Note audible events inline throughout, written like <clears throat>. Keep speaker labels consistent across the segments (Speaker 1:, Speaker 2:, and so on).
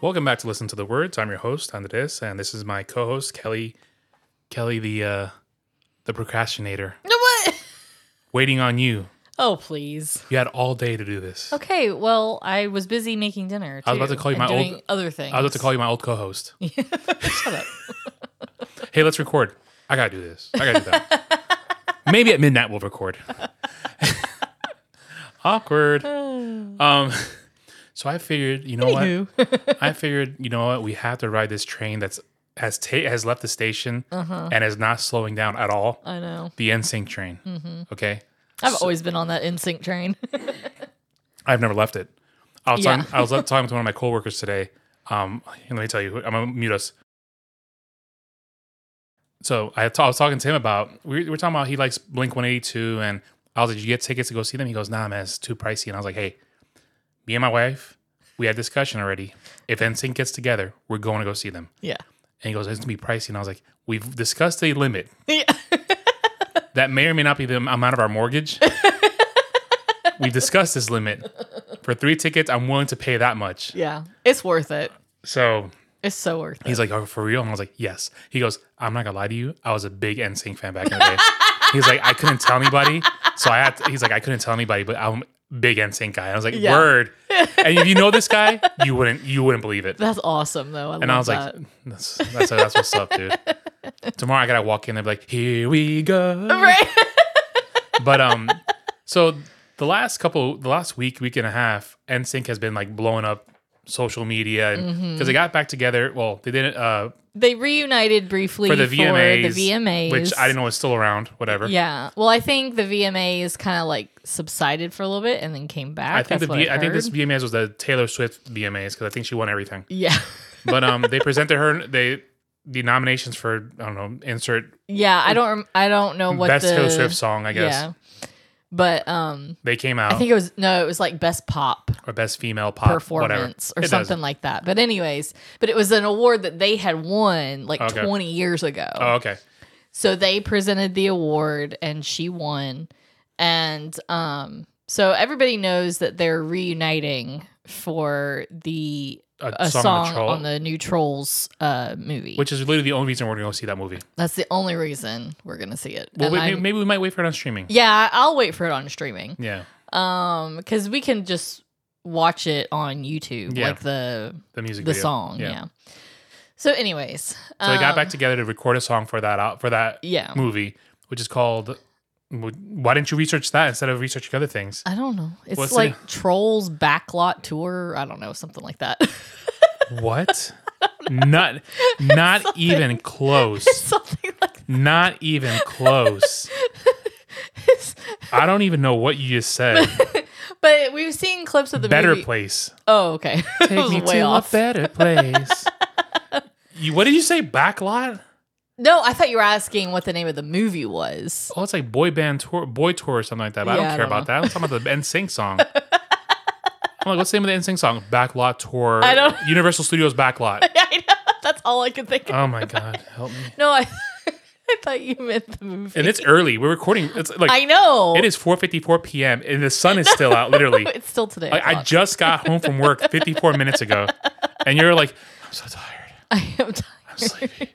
Speaker 1: Welcome back to Listen to the Words. I'm your host, Andres, and this is my co-host Kelly, Kelly the uh, the procrastinator,
Speaker 2: No, what? <laughs>
Speaker 1: waiting on you.
Speaker 2: Oh, please.
Speaker 1: You had all day to do this.
Speaker 2: Okay, well, I was busy making dinner.
Speaker 1: I was about
Speaker 2: too,
Speaker 1: to call you
Speaker 2: and
Speaker 1: my old-
Speaker 2: doing other things.
Speaker 1: I was about to call you my old co-host.
Speaker 2: <laughs> Shut up.
Speaker 1: <laughs> Hey, let's record. I gotta do this. I gotta do that. Maybe at midnight we'll record.
Speaker 2: <laughs>
Speaker 1: <laughs>
Speaker 2: <sighs>
Speaker 1: Awkward. Um, <laughs> so I figured, you know what? I figured, you know what? We have to ride this train that's has ta- has left the station and is not slowing down at all.
Speaker 2: <laughs> I know.
Speaker 1: The NSYNC train. Okay,
Speaker 2: I've always been on that NSYNC train. <laughs>
Speaker 1: I've never left it. I was
Speaker 2: Yeah.
Speaker 1: talking, I was talking to one of my coworkers today. Um, and let me tell you, who- I'm gonna mute us. So I ta- I was talking to him about we were- we were talking about he likes Blink 182, and I was like, "Did you get tickets to go see them?" He goes, "Nah, man, it's too pricey." And I was like, "Hey, me and my wife, we had discussion already. If NSYNC gets together, we're going to go see them."
Speaker 2: yeah.
Speaker 1: And he goes, "It's gonna be pricey." And I was like, "We've discussed a limit.
Speaker 2: <laughs> Yeah.
Speaker 1: That may or may not be the amount of our mortgage. We've discussed this limit. For three tickets, I'm willing to pay that much."
Speaker 2: yeah. It's worth it.
Speaker 1: So
Speaker 2: It's so worth it.
Speaker 1: he's like, "Oh, for real?" And I was like, "Yes." He goes, "I'm not gonna lie to you. I was a big NSYNC fan back in the day." he's like, "I couldn't tell anybody, so I had." To, he's like, "I couldn't tell anybody, but I'm a big NSYNC guy." And I was like,
Speaker 2: Yeah.
Speaker 1: "Word." And if you know this guy, you wouldn't you wouldn't believe it.
Speaker 2: That's awesome, though. I
Speaker 1: And
Speaker 2: love
Speaker 1: I was
Speaker 2: that.
Speaker 1: like, <laughs> "That's that's, that's what's up, dude."
Speaker 2: <laughs>
Speaker 1: Tomorrow I gotta walk in and be like, "Here we go."
Speaker 2: right?
Speaker 1: <laughs> But um, so the last couple, the last week, week and a half, NSYNC has been like blowing up social media because
Speaker 2: Mm-hmm.
Speaker 1: they got back together. Well, they didn't. Uh,
Speaker 2: they reunited briefly
Speaker 1: for the VMAs,
Speaker 2: the VMAs.
Speaker 1: which I didn't know was still around. Whatever.
Speaker 2: Yeah. Well, I think the VMAs kind of like subsided for a little bit and then came back.
Speaker 1: I think
Speaker 2: That's
Speaker 1: the
Speaker 2: what
Speaker 1: v- I, think this
Speaker 2: heard.
Speaker 1: VMAs was the Taylor Swift VMAs because I think she won everything.
Speaker 2: Yeah. <laughs>
Speaker 1: But um, they presented her they the nominations for I don't know insert
Speaker 2: Yeah, I don't. rem- I don't know what
Speaker 1: best
Speaker 2: the
Speaker 1: Taylor Swift song I guess
Speaker 2: Yeah, but um,
Speaker 1: they came
Speaker 2: I
Speaker 1: out
Speaker 2: think it was no, it was like best pop
Speaker 1: or best female pop whatever
Speaker 2: performance or
Speaker 1: It doesn't.
Speaker 2: something like that. But anyways, but it was an award that they had won like
Speaker 1: Okay.
Speaker 2: 20 years ago.
Speaker 1: Oh okay.
Speaker 2: So they presented the award and she won. And um, so everybody knows that they're reuniting for the
Speaker 1: A,
Speaker 2: a
Speaker 1: song,
Speaker 2: song,
Speaker 1: on the troll,
Speaker 2: on the new Trolls uh, movie.
Speaker 1: which is literally the only reason we're gonna go see that movie.
Speaker 2: that's the only reason we're gonna see it.
Speaker 1: Well,
Speaker 2: And
Speaker 1: wait,
Speaker 2: I'm-
Speaker 1: maybe we might wait for it on streaming.
Speaker 2: yeah, I'll wait for it on streaming.
Speaker 1: Yeah,
Speaker 2: um because we can just watch it on youtube
Speaker 1: Yeah.
Speaker 2: like the
Speaker 1: the music.
Speaker 2: the
Speaker 1: video.
Speaker 2: song yeah. so anyways
Speaker 1: So they got back
Speaker 2: um,
Speaker 1: together to record a song for that out for that
Speaker 2: yeah
Speaker 1: movie, which is called. Why didn't you research that instead of researching other
Speaker 2: <laughs>
Speaker 1: things?
Speaker 2: i don't know it's
Speaker 1: What's the-
Speaker 2: like trolls backlot tour i don't know something like that <laughs>
Speaker 1: What? not not even
Speaker 2: <laughs>
Speaker 1: close.
Speaker 2: something like that.
Speaker 1: Not even
Speaker 2: <laughs>
Speaker 1: close. I don't even know what you just said.
Speaker 2: but we've seen clips of <laughs> the
Speaker 1: better
Speaker 2: movie.
Speaker 1: place.
Speaker 2: oh okay <laughs> It
Speaker 1: Take
Speaker 2: was
Speaker 1: me
Speaker 2: way
Speaker 1: to
Speaker 2: off. <laughs>
Speaker 1: a better place. you, what did you say? Backlot?
Speaker 2: no i thought you were asking what the name of the movie was <laughs>
Speaker 1: Oh, it's like boy band tour, boy tour or something like that. But I
Speaker 2: Yeah,
Speaker 1: don't
Speaker 2: I
Speaker 1: care
Speaker 2: don't
Speaker 1: about that. I'm talking about the NSYNC
Speaker 2: <laughs>
Speaker 1: song. I'm like, what's the name of the NSYNC song? Backlot tour.
Speaker 2: I don't- <laughs>
Speaker 1: Universal Studios Backlot.
Speaker 2: i know that's all i could think of
Speaker 1: Oh my god, help me!
Speaker 2: no i <laughs> i thought you meant the movie
Speaker 1: And it's early. We're recording. It's like
Speaker 2: i know
Speaker 1: It is 4:54 p.m. and the sun is still out. Literally,
Speaker 2: <laughs> it's still today
Speaker 1: I, I
Speaker 2: o'clock.
Speaker 1: just got home from work 54 minutes ago, and you're like, "I'm so tired.
Speaker 2: <laughs> <laughs> I am tired.
Speaker 1: I'm sleepy."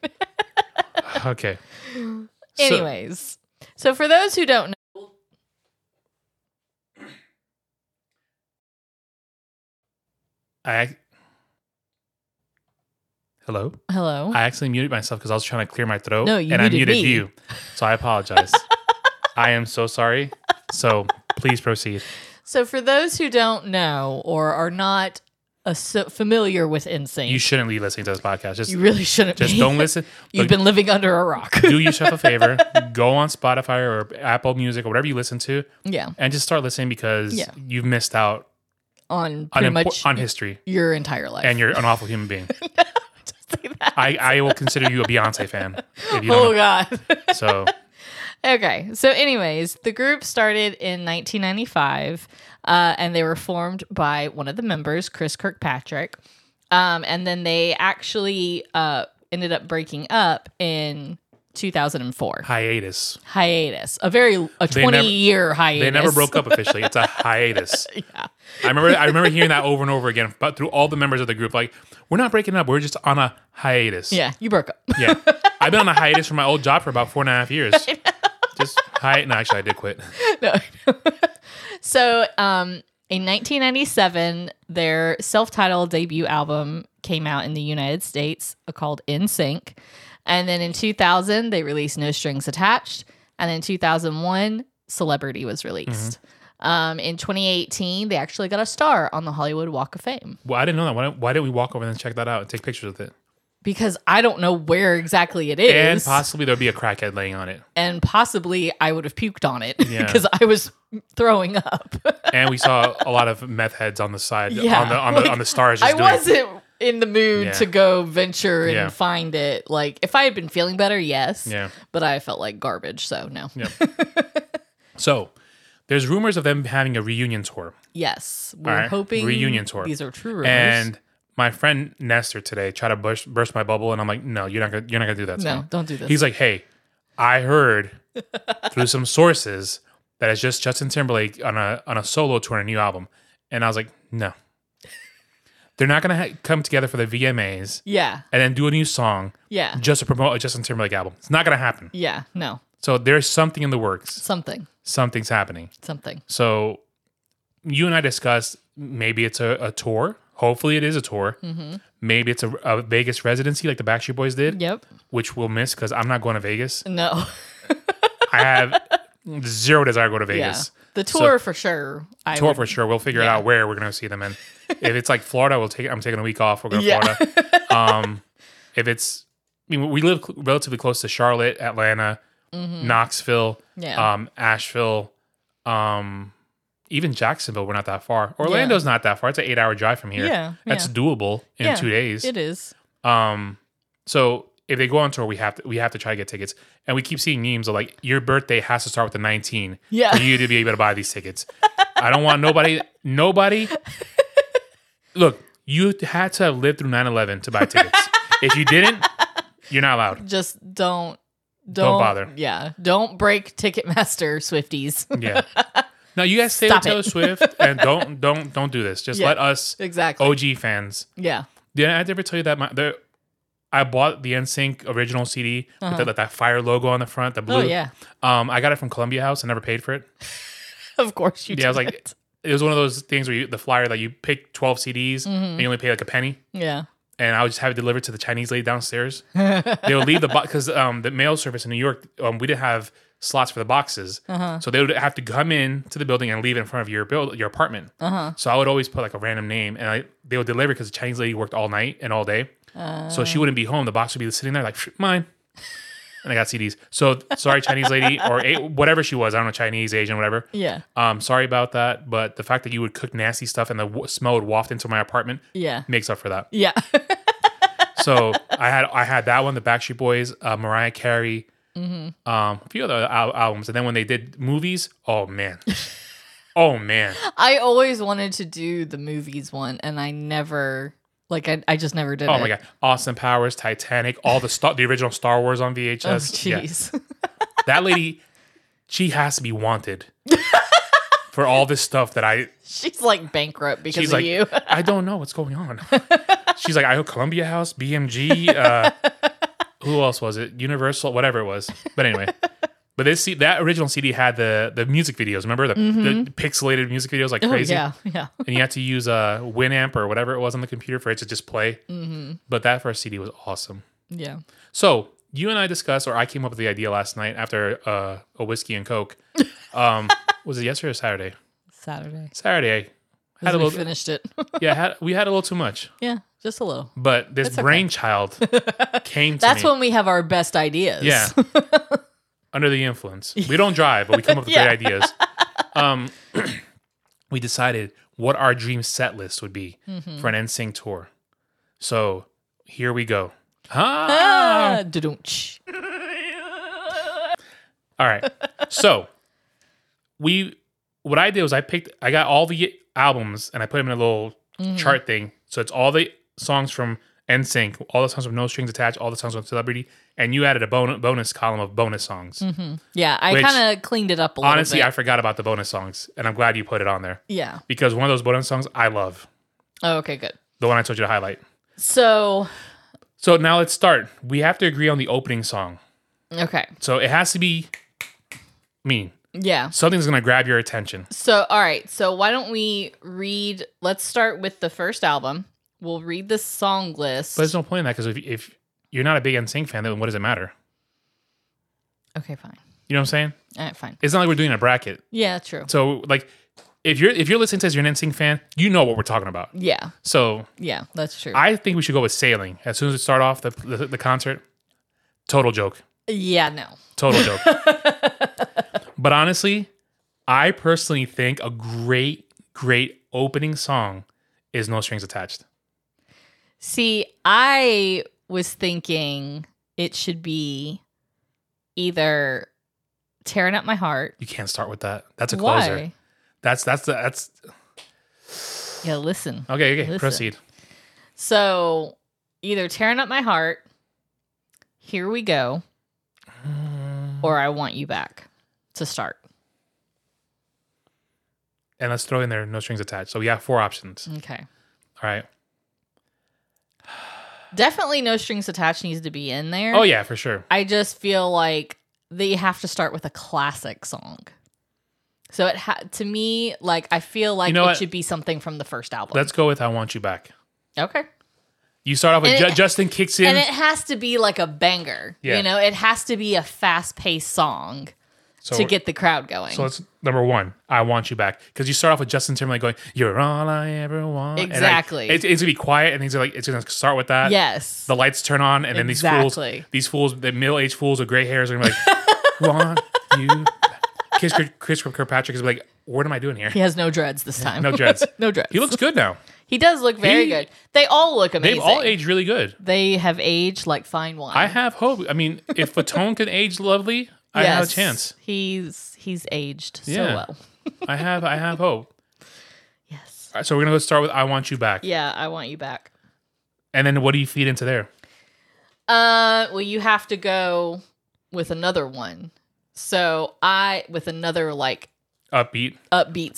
Speaker 1: okay. <laughs> So-
Speaker 2: Anyways, so for those who don't know,
Speaker 1: I hello.
Speaker 2: hello.
Speaker 1: I actually muted myself because I was trying to clear my throat.
Speaker 2: No, you
Speaker 1: and I
Speaker 2: muted
Speaker 1: muted
Speaker 2: me.
Speaker 1: you, so I apologize. I am so sorry. So please proceed.
Speaker 2: So for those who don't know or are not asso- familiar with NSYNC,
Speaker 1: You shouldn't be listening to this podcast. Just
Speaker 2: you really shouldn't.
Speaker 1: just
Speaker 2: be.
Speaker 1: don't listen.
Speaker 2: <laughs> You've
Speaker 1: Look,
Speaker 2: been living under a rock.
Speaker 1: do yourself a favor. Go on Spotify or Apple Music or whatever you listen to.
Speaker 2: <laughs> yeah,
Speaker 1: and just start listening because
Speaker 2: Yeah.
Speaker 1: you've missed out
Speaker 2: on
Speaker 1: on,
Speaker 2: pretty
Speaker 1: impor-
Speaker 2: much
Speaker 1: on history
Speaker 2: your entire life.
Speaker 1: and you're an awful human being.
Speaker 2: <laughs> Say
Speaker 1: <laughs>
Speaker 2: that.
Speaker 1: I, I will consider you a Beyonce fan if you don't
Speaker 2: <laughs> oh
Speaker 1: know.
Speaker 2: God.
Speaker 1: So
Speaker 2: okay. So, anyways, the group started in 1995, uh, and they were formed by one of the members, Chris Kirkpatrick, um, and then they actually uh, ended up breaking up in 2004.
Speaker 1: Hiatus.
Speaker 2: Hiatus. A very a 20
Speaker 1: never-
Speaker 2: year hiatus.
Speaker 1: They never broke up officially. It's a hiatus.
Speaker 2: <laughs> Yeah.
Speaker 1: I remember I remember hearing that over and over again, but through all the members of the group, like, we're not breaking up, we're just on a hiatus.
Speaker 2: Yeah, you broke up. <laughs>
Speaker 1: Yeah. I've been on a hiatus from my old job for about four and a half years. Just hi no, actually I did quit.
Speaker 2: No. <laughs> so, um, in 1997, their self-titled debut album came out in the United States uh, called In Sync, and then in 2000 they released No Strings Attached, and in 2001 Celebrity was released.
Speaker 1: Mm-hmm.
Speaker 2: Um, in 2018, they actually got a star on the Hollywood Walk of Fame
Speaker 1: Well, I didn't know that. Why, why didn't we walk over and check that out and take pictures with it?
Speaker 2: because I don't know where exactly it is,
Speaker 1: And possibly there'd be a crackhead laying on it.
Speaker 2: and possibly I would have puked on it <laughs>
Speaker 1: Yeah.
Speaker 2: because I was throwing up.
Speaker 1: And we saw a lot of meth heads on the side
Speaker 2: Yeah,
Speaker 1: on the on the
Speaker 2: like,
Speaker 1: on the stars just
Speaker 2: I
Speaker 1: doing
Speaker 2: wasn't in the mood
Speaker 1: Yeah.
Speaker 2: to go venture and
Speaker 1: Yeah.
Speaker 2: find it. Like if I had been feeling better, yes.
Speaker 1: Yeah.
Speaker 2: But I felt like garbage, so no.
Speaker 1: So there's rumors of them having a reunion tour.
Speaker 2: Yes. We're
Speaker 1: All right.
Speaker 2: hoping
Speaker 1: Reunion tour.
Speaker 2: These are true rumors.
Speaker 1: And my friend Nestor today tried to burst, burst my bubble, and I'm like, no, you're not gonna, you're not gonna do that. To
Speaker 2: no,
Speaker 1: me.
Speaker 2: don't do this.
Speaker 1: He's like, hey, I heard through some sources that it's just Justin Timberlake on a on a solo tour and a new album, and I was like, no, they're not gonna ha- come together for the VMAs
Speaker 2: yeah.
Speaker 1: and then do a new song
Speaker 2: Yeah.
Speaker 1: just to promote a Justin Timberlake album. It's not gonna happen.
Speaker 2: Yeah. No.
Speaker 1: So there's something in the works.
Speaker 2: Something.
Speaker 1: Something's happening.
Speaker 2: Something.
Speaker 1: So you and I discussed maybe it's a, a tour. Hopefully it is a tour. Maybe it's a, a Vegas residency like the Backstreet Boys did,
Speaker 2: Yep.
Speaker 1: which we'll miss because I'm not going to Vegas.
Speaker 2: No.
Speaker 1: I have <laughs> zero desire to go to Vegas.
Speaker 2: <laughs> Yeah. The tour for sure. I
Speaker 1: Tour
Speaker 2: would-
Speaker 1: for sure. We'll figure
Speaker 2: yeah.
Speaker 1: it out where we're going to see them
Speaker 2: <laughs>
Speaker 1: in. if it's like Florida, we'll take. I'm taking a week off. We're going to
Speaker 2: Yeah.
Speaker 1: Florida. Um, if it's, I mean, we live cl- relatively close to Charlotte, Atlanta, Knoxville,
Speaker 2: Mm-hmm. Yeah.
Speaker 1: um, Asheville, um, even Jacksonville. We're not that far. Orlando's not that far. It's an eight-hour drive from here.
Speaker 2: Yeah,
Speaker 1: that's
Speaker 2: yeah.
Speaker 1: doable in
Speaker 2: Yeah,
Speaker 1: two days.
Speaker 2: it is.
Speaker 1: Um, so if they go on tour, we have to we have to try to get tickets. And we keep seeing memes of like your birthday has to start with the 19
Speaker 2: Yeah.
Speaker 1: for you to be able to buy these tickets. I don't want nobody nobody Look, you had to have lived through 9/11 to buy tickets. if you didn't, you're not allowed.
Speaker 2: Just don't don't,
Speaker 1: bother.
Speaker 2: Yeah. Don't break Ticketmaster Swifties. <laughs>
Speaker 1: Yeah. Now you guys stay
Speaker 2: Stop
Speaker 1: with Taylor
Speaker 2: it.
Speaker 1: Swift and don't don't don't do this. Just
Speaker 2: Yeah.
Speaker 1: let us
Speaker 2: exactly.
Speaker 1: OG fans
Speaker 2: yeah.
Speaker 1: Did I ever tell you that my the I bought the NSYNC original CD with that, that fire logo on the front, the blue.
Speaker 2: Uh-huh. Oh yeah. <laughs>
Speaker 1: Um, I got it from Columbia House. I never paid for it.
Speaker 2: Of course you
Speaker 1: Yeah, I was
Speaker 2: <laughs> did.
Speaker 1: like, it was one of those things where you, the flyer that you pick twelve CDs and you only pay like a penny.
Speaker 2: Yeah.
Speaker 1: And I would just have it delivered to the Chinese lady downstairs. they would leave the box because um, the mail service in New York, um, we didn't have slots for the boxes, so they would have to come in to the building and leave it in front of your build your apartment. So I would always put like a random name, and I, they would deliver because the Chinese lady worked all night and all day, so she wouldn't be home. The box would be sitting there like "Phew, mine. And I got CDs. So sorry, Chinese lady or a, whatever she was. I don't know Chinese, Asian, whatever.
Speaker 2: Yeah.
Speaker 1: Um, sorry about that, but the fact that you would cook nasty stuff and the w- smell would waft into my apartment
Speaker 2: Yeah.
Speaker 1: makes up for that.
Speaker 2: Yeah. <laughs>
Speaker 1: So I had I had that one, the Backstreet Boys, uh, Mariah Carey,
Speaker 2: Mm-hmm.
Speaker 1: um, a few other al- albums, and then when they did movies, oh
Speaker 2: <laughs>
Speaker 1: man, oh man,
Speaker 2: I always wanted to do the movies one, and I never like I, I just never did.
Speaker 1: oh
Speaker 2: it.
Speaker 1: my
Speaker 2: <laughs>
Speaker 1: god, Austin Powers, Titanic, all the star, the original Star Wars on VHS.
Speaker 2: Oh
Speaker 1: Yeah.
Speaker 2: jeez. <laughs>
Speaker 1: that lady, she has to be
Speaker 2: <laughs>
Speaker 1: wanted for all this stuff that I
Speaker 2: She's like bankrupt because
Speaker 1: She's
Speaker 2: of
Speaker 1: like,
Speaker 2: you. <laughs>
Speaker 1: I don't know what's going on. She's like, I owe Columbia House, BMG, uh, who else was it? Universal, whatever it was. But anyway, but this C- that original CD had the the music videos. Remember the, the pixelated music videos like crazy,
Speaker 2: Mm-hmm. Oh, Yeah. Yeah.
Speaker 1: and you had to use uh, Winamp or whatever it was on the computer for it to just play.
Speaker 2: Mm-hmm.
Speaker 1: But that first CD was awesome.
Speaker 2: Yeah.
Speaker 1: So you and I discussed, or I came up with the idea last night after uh, a whiskey and
Speaker 2: <laughs>
Speaker 1: coke. Um, was it yesterday or Saturday?
Speaker 2: Saturday.
Speaker 1: Saturday. I Had a
Speaker 2: we
Speaker 1: little,
Speaker 2: finished it. <laughs>
Speaker 1: yeah, had, we had a little too much.
Speaker 2: yeah. Just a little.
Speaker 1: But this
Speaker 2: That's okay. <laughs>
Speaker 1: brainchild came to
Speaker 2: That's
Speaker 1: me.
Speaker 2: when we have our best ideas. <laughs> Ah.
Speaker 1: yeah. Under the influence. We don't drive, but we come up with
Speaker 2: <laughs> Yeah.
Speaker 1: great ideas. Um, <clears throat> we decided what our dream set list would be
Speaker 2: Mm-hmm.
Speaker 1: for an NSYNC tour. So here we go.
Speaker 2: <laughs>
Speaker 1: Ah!
Speaker 2: Ah, da-dunch.
Speaker 1: All right. So we what I did was I picked I got all the albums and I put them in a little chart thing. So it's all the songs from NSYNC, all the songs with no strings attached, all the songs with celebrity, and you added a bonus bonus column of bonus songs.
Speaker 2: Yeah, I
Speaker 1: Which-
Speaker 2: kind of cleaned it up a little
Speaker 1: Honestly,
Speaker 2: bit.
Speaker 1: I forgot about the bonus songs, and I'm glad you put it on there
Speaker 2: yeah.
Speaker 1: because one of those bonus songs I love,
Speaker 2: Oh, okay, good.
Speaker 1: the one I told you to highlight.
Speaker 2: So,
Speaker 1: So now let's start. We have to agree on the opening song.
Speaker 2: okay.
Speaker 1: So it has to be mean.
Speaker 2: Yeah.
Speaker 1: Something's gonna grab your attention.
Speaker 2: So, all right. So, why don't we read? Let's start with the first album. We'll read the song list.
Speaker 1: But there's no point in that because if, if you're not a big NSYNC fan, then what does it matter?
Speaker 2: okay, fine.
Speaker 1: You know what I'm saying?
Speaker 2: All right, fine.
Speaker 1: It's not like we're doing a bracket.
Speaker 2: Yeah, true.
Speaker 1: So like, if you're if you're listening to this, you're an NSYNC fan, you know what we're talking about.
Speaker 2: Yeah,
Speaker 1: So
Speaker 2: yeah, that's true.
Speaker 1: I think we should go with sailing as soon as we start off the the, the concert. Total joke.
Speaker 2: yeah, no. <laughs>
Speaker 1: Total joke. but honestly, I personally think a great great opening song is No Strings Attached.
Speaker 2: See, I was thinking it should be either tearing up my heart.
Speaker 1: You can't start with that. That's a closer.
Speaker 2: Why?
Speaker 1: That's that's the that's
Speaker 2: Yeah, listen.
Speaker 1: okay. Okay,
Speaker 2: Listen.
Speaker 1: proceed.
Speaker 2: So either tearing up my heart, here we go,
Speaker 1: Uh.
Speaker 2: or I want you back to start.
Speaker 1: And let's throw in there No Strings Attached. So we have four options.
Speaker 2: Okay.
Speaker 1: All right.
Speaker 2: Definitely no strings attached needs to be in there.
Speaker 1: Oh yeah, for sure.
Speaker 2: I just feel like they have to start with a classic song. So it ha- to me, like I feel like
Speaker 1: know
Speaker 2: it
Speaker 1: what?
Speaker 2: should be something from the first album.
Speaker 1: Let's go with I Want You Back.
Speaker 2: okay.
Speaker 1: You start off with
Speaker 2: And
Speaker 1: Ju-
Speaker 2: it-
Speaker 1: Justin kicks in.
Speaker 2: And it has to be like a banger.
Speaker 1: Yeah.
Speaker 2: You know, it has to be a fast paced song
Speaker 1: so
Speaker 2: to get the crowd going.
Speaker 1: So it's number one. I want you back because you start off with Justin Timberlake going, "You're all I ever want." And, like,
Speaker 2: Exactly.
Speaker 1: it's, it's gonna be quiet, and things are like it's gonna start with that.
Speaker 2: yes.
Speaker 1: The lights turn on, and then these
Speaker 2: Exactly.
Speaker 1: fools, these fools, the middle-aged fools with gray hairs are gonna be like, <laughs> "Want you?" back." Chris, Chris Kirkpatrick is gonna be like, "What am I doing here?"
Speaker 2: he has no dreads this time.
Speaker 1: No dreads.
Speaker 2: <laughs> no dreads.
Speaker 1: He looks good now.
Speaker 2: He does look very
Speaker 1: He-
Speaker 2: good. They all look amazing.
Speaker 1: They've all aged really good.
Speaker 2: They have aged like fine wine.
Speaker 1: I have hope. I mean, if Fatone can age lovely, I have a
Speaker 2: Yes.
Speaker 1: chance.
Speaker 2: He's he's aged so
Speaker 1: Yeah.
Speaker 2: well.
Speaker 1: I have, I have hope.
Speaker 2: Yes.
Speaker 1: All right, so we're gonna go start with "I Want You Back,"
Speaker 2: Yeah, I want you back.
Speaker 1: and then what do you feed into there?
Speaker 2: Uh, well, you have to go with another one. So I with another like
Speaker 1: Upbeat.
Speaker 2: upbeat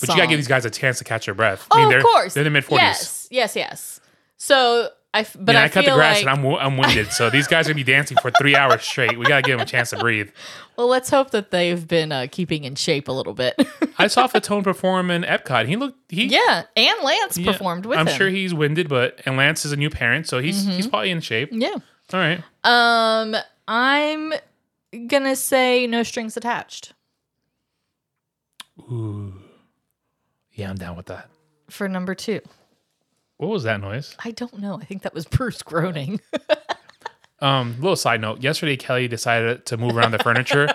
Speaker 1: But
Speaker 2: song.
Speaker 1: you gotta give these guys a chance to catch their breath.
Speaker 2: oh,
Speaker 1: I mean, they're,
Speaker 2: of course.
Speaker 1: They're in the mid 40s.
Speaker 2: Yes, yes, yes. So I, f- but
Speaker 1: and
Speaker 2: I,
Speaker 1: I, cut the
Speaker 2: feel
Speaker 1: grass
Speaker 2: like,
Speaker 1: and I'm, wo- I'm winded. so these guys are gonna be dancing for three <laughs> hours straight. We gotta give them a chance to breathe.
Speaker 2: well, let's hope that they've been uh, keeping in shape a little bit. <laughs>
Speaker 1: I saw Fatone perform in Epcot. He looked, he
Speaker 2: yeah, and Lance
Speaker 1: yeah,
Speaker 2: performed with
Speaker 1: I'm
Speaker 2: him. Mm-hmm.
Speaker 1: sure he's winded, but, and Lance is a new parent, so he's he's probably in shape.
Speaker 2: yeah.
Speaker 1: All right.
Speaker 2: Um, I'm gonna say no strings attached
Speaker 1: Ooh. Yeah, I'm down with that.
Speaker 2: for number two.
Speaker 1: What was that noise?
Speaker 2: I don't know. I think that was Bruce <laughs> groaning.
Speaker 1: Um, little side note. Yesterday, Kelly decided to move around the
Speaker 2: <laughs>
Speaker 1: furniture,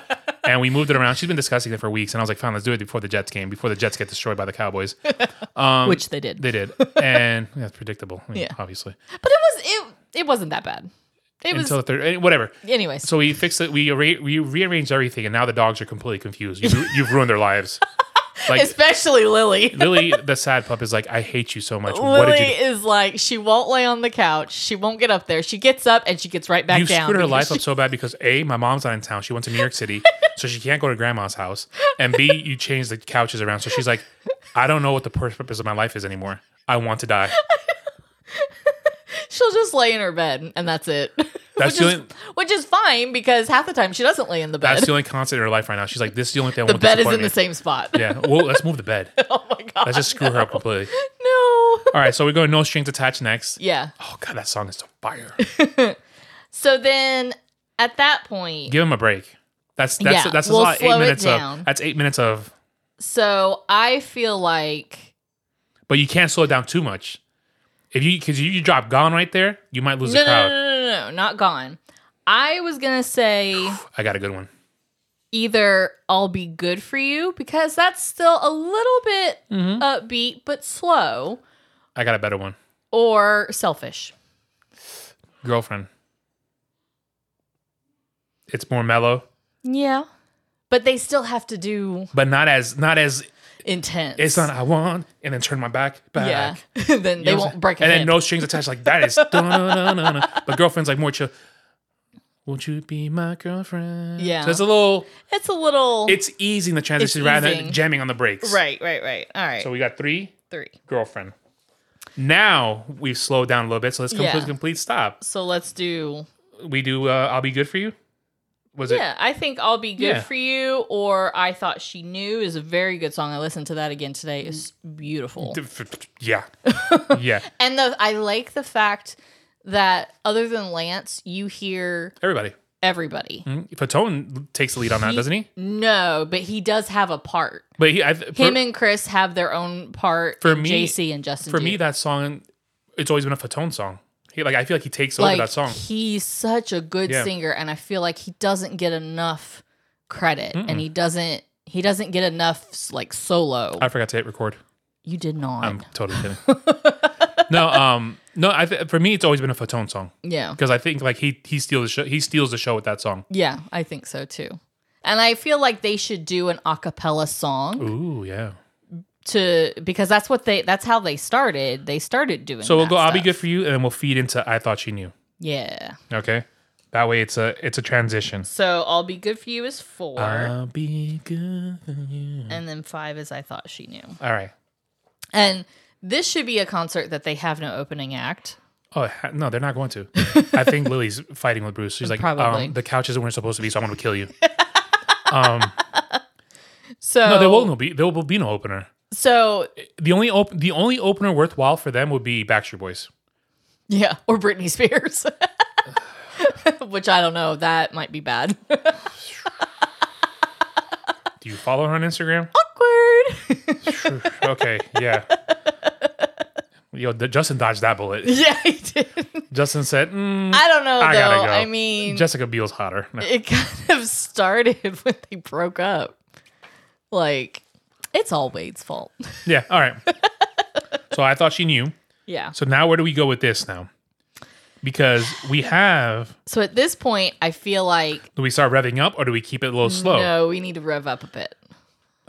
Speaker 1: and we moved it around. She's been discussing it for weeks, and I was like, "Fine, let's do it before the Jets game, before the Jets get destroyed by the Cowboys." Um,
Speaker 2: which they did.
Speaker 1: They
Speaker 2: <laughs>
Speaker 1: did, and that's predictable. I mean,
Speaker 2: Yeah.
Speaker 1: obviously.
Speaker 2: but it was it it wasn't that bad. It was
Speaker 1: Until the third, eh, whatever.
Speaker 2: anyways.
Speaker 1: So we fixed it. We arra- we rearranged everything, and now the dogs are completely confused. You've,
Speaker 2: <laughs>
Speaker 1: you've ruined their lives. Like
Speaker 2: especially Lily.
Speaker 1: Lily, the sad pup, is like, "I hate you so much. what
Speaker 2: Lily
Speaker 1: did you? do?
Speaker 2: is like she won't lay on the couch. She won't get up there. She gets up and she gets right back
Speaker 1: You
Speaker 2: down.
Speaker 1: screwed her
Speaker 2: because
Speaker 1: life up so bad because a, my mom's not in town. She went to New York City, so she can't go to grandma's house. And b, you changed the couches around. So she's like, I don't know what the pur- purpose of my life is anymore. I want to die.
Speaker 2: <laughs> She'll just lay in her bed and that's it. <laughs>
Speaker 1: That's
Speaker 2: which,
Speaker 1: the
Speaker 2: is,
Speaker 1: only-
Speaker 2: which is fine because half the time she doesn't lay in the bed.
Speaker 1: That's the only constant in her life right now. She's like, this is the only thing I
Speaker 2: the
Speaker 1: want
Speaker 2: <laughs> bed
Speaker 1: to
Speaker 2: is in
Speaker 1: support
Speaker 2: the
Speaker 1: me.
Speaker 2: same spot.
Speaker 1: Yeah. Well, let's move the bed.
Speaker 2: <laughs> oh my god.
Speaker 1: Let's just screw her up completely.
Speaker 2: <laughs> no.
Speaker 1: All right, so we're going no strings attached next.
Speaker 2: Yeah.
Speaker 1: Oh god, that song is so fire.
Speaker 2: So then at that point,
Speaker 1: Give him a break. That's that's
Speaker 2: Yeah,
Speaker 1: that's a
Speaker 2: we'll
Speaker 1: lot.
Speaker 2: slow
Speaker 1: Eight
Speaker 2: it
Speaker 1: minutes
Speaker 2: down.
Speaker 1: of that's eight minutes of,
Speaker 2: so I feel like
Speaker 1: but you can't slow it down too much. If you because you, you drop gone right there, you might lose
Speaker 2: no,
Speaker 1: the
Speaker 2: no, no,
Speaker 1: crowd.
Speaker 2: no, no, no, not gone. I was gonna say
Speaker 1: I got a good one.
Speaker 2: either I'll be good for you because that's still a little bit
Speaker 1: Mm-hmm.
Speaker 2: upbeat but slow,
Speaker 1: I got a better one.
Speaker 2: or selfish.
Speaker 1: Girlfriend. It's more mellow,
Speaker 2: Yeah, but they still have to do.
Speaker 1: but not as not as
Speaker 2: intense.
Speaker 1: It's
Speaker 2: <laughs>
Speaker 1: not I want, and then turn my back back.
Speaker 2: yeah. <laughs> then they
Speaker 1: You know what I'm
Speaker 2: won't
Speaker 1: saying?
Speaker 2: break a
Speaker 1: And
Speaker 2: hip.
Speaker 1: then no strings attached. Like that is. dun-dun-dun-dun-dun. But girlfriend's like more chill. Won't you be my girlfriend?
Speaker 2: Yeah.
Speaker 1: So it's a little.
Speaker 2: it's a little
Speaker 1: It's easing the transition
Speaker 2: It's
Speaker 1: rather
Speaker 2: easing.
Speaker 1: than jamming on the brakes.
Speaker 2: right, right, right. All right,
Speaker 1: So we got three
Speaker 2: three.
Speaker 1: girlfriend. Now we've slowed down a little bit, so let's come
Speaker 2: Yeah.
Speaker 1: to a complete stop.
Speaker 2: So let's do.
Speaker 1: We do. Uh, I'll be good for you. Was it?
Speaker 2: Yeah, I think I'll be good
Speaker 1: Yeah.
Speaker 2: for you. Or I thought she knew is a very good song. I listened to that again today. It's beautiful.
Speaker 1: Yeah. <laughs> yeah.
Speaker 2: And the I like the fact that other than Lance, you hear
Speaker 1: Everybody.
Speaker 2: everybody.
Speaker 1: Mm, Fatone takes the lead on that, Oh, doesn't he?
Speaker 2: No, but he does have a part.
Speaker 1: But he, I,
Speaker 2: Him
Speaker 1: for,
Speaker 2: and Chris have their own part.
Speaker 1: For
Speaker 2: and
Speaker 1: me-
Speaker 2: JC and Justin.
Speaker 1: for
Speaker 2: do.
Speaker 1: me, that song, it's always been a Fatone song. He, like I feel like he takes over
Speaker 2: like
Speaker 1: that song.
Speaker 2: he's such a good
Speaker 1: Yeah.
Speaker 2: singer, and I feel like he doesn't get enough credit, and he doesn't he doesn't get enough like solo.
Speaker 1: I forgot to hit record.
Speaker 2: you did not.
Speaker 1: I'm totally
Speaker 2: <laughs>
Speaker 1: kidding. no, um, no. I th- for me, it's always been a Fatone song
Speaker 2: yeah,
Speaker 1: because I think like he he steals the show. He steals the show with that song.
Speaker 2: yeah, I think so too. And I feel like they should do an a cappella song
Speaker 1: Ooh, yeah.
Speaker 2: to because that's what they that's how they started. They started doing.
Speaker 1: So we'll
Speaker 2: that
Speaker 1: go. I'll be
Speaker 2: stuff.
Speaker 1: good for you, and then we'll feed into I thought she knew.
Speaker 2: Yeah.
Speaker 1: Okay, that way it's a it's a transition.
Speaker 2: So I'll be good for you is four,
Speaker 1: I'll be good for you.
Speaker 2: and then five is I thought she knew.
Speaker 1: All right.
Speaker 2: And this should be a concert that they have no opening act.
Speaker 1: Oh ha- no, they're not going
Speaker 2: <laughs>
Speaker 1: to. I think Lily's fighting with Bruce. She's like,
Speaker 2: Probably.
Speaker 1: um, the couch isn't where it's supposed to be, so I'm going to
Speaker 2: <laughs>
Speaker 1: kill you.
Speaker 2: So
Speaker 1: No, there will no be there will be no opener.
Speaker 2: So
Speaker 1: The only op- the only opener worthwhile for them would be Backstreet Boys.
Speaker 2: yeah, or Britney Spears, <laughs> which I don't know. That might be bad. <laughs>
Speaker 1: Do you follow her on
Speaker 2: <laughs>
Speaker 1: Instagram?
Speaker 2: Awkward.
Speaker 1: <laughs> okay, yeah. Yo, D- Justin dodged that
Speaker 2: <laughs>
Speaker 1: bullet.
Speaker 2: yeah,
Speaker 1: <laughs>
Speaker 2: I did.
Speaker 1: Justin said, mm,
Speaker 2: I don't know
Speaker 1: I gotta
Speaker 2: though.
Speaker 1: go.
Speaker 2: I mean,
Speaker 1: "Jessica Biel's hotter." No.
Speaker 2: it kind of started <laughs> when they broke up. Like, it's all Wade's fault. <laughs>
Speaker 1: Yeah. All right. so I thought she knew.
Speaker 2: Yeah.
Speaker 1: So now where do we go with this now? Because we have
Speaker 2: So at this point, I feel like
Speaker 1: do we start revving up or do we keep it a little slow?
Speaker 2: Mm, no, we need to rev up a bit.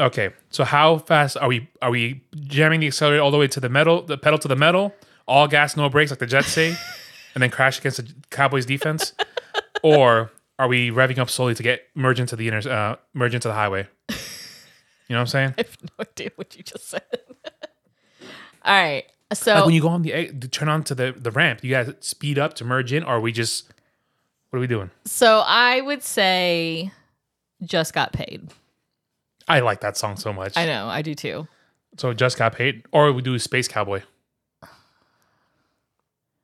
Speaker 1: Okay. So how fast are we are we jamming the accelerator all the way to the metal the pedal to the metal? All gas, no brakes like the Jets
Speaker 2: <laughs>
Speaker 1: say, and then crash against the Cowboys defense? or are we revving up slowly to get merge into the inner uh, merge into the highway? You know what I'm saying?
Speaker 2: <laughs> I have no idea what you just said. <laughs> all right. So
Speaker 1: Like when you go on the e- to turn on to the, the ramp, you guys speed up to merge in, or are we just what are we doing?
Speaker 2: So I would say just got paid.
Speaker 1: I like that song so much.
Speaker 2: I know, I do too.
Speaker 1: So just got paid, or we do Space Cowboy.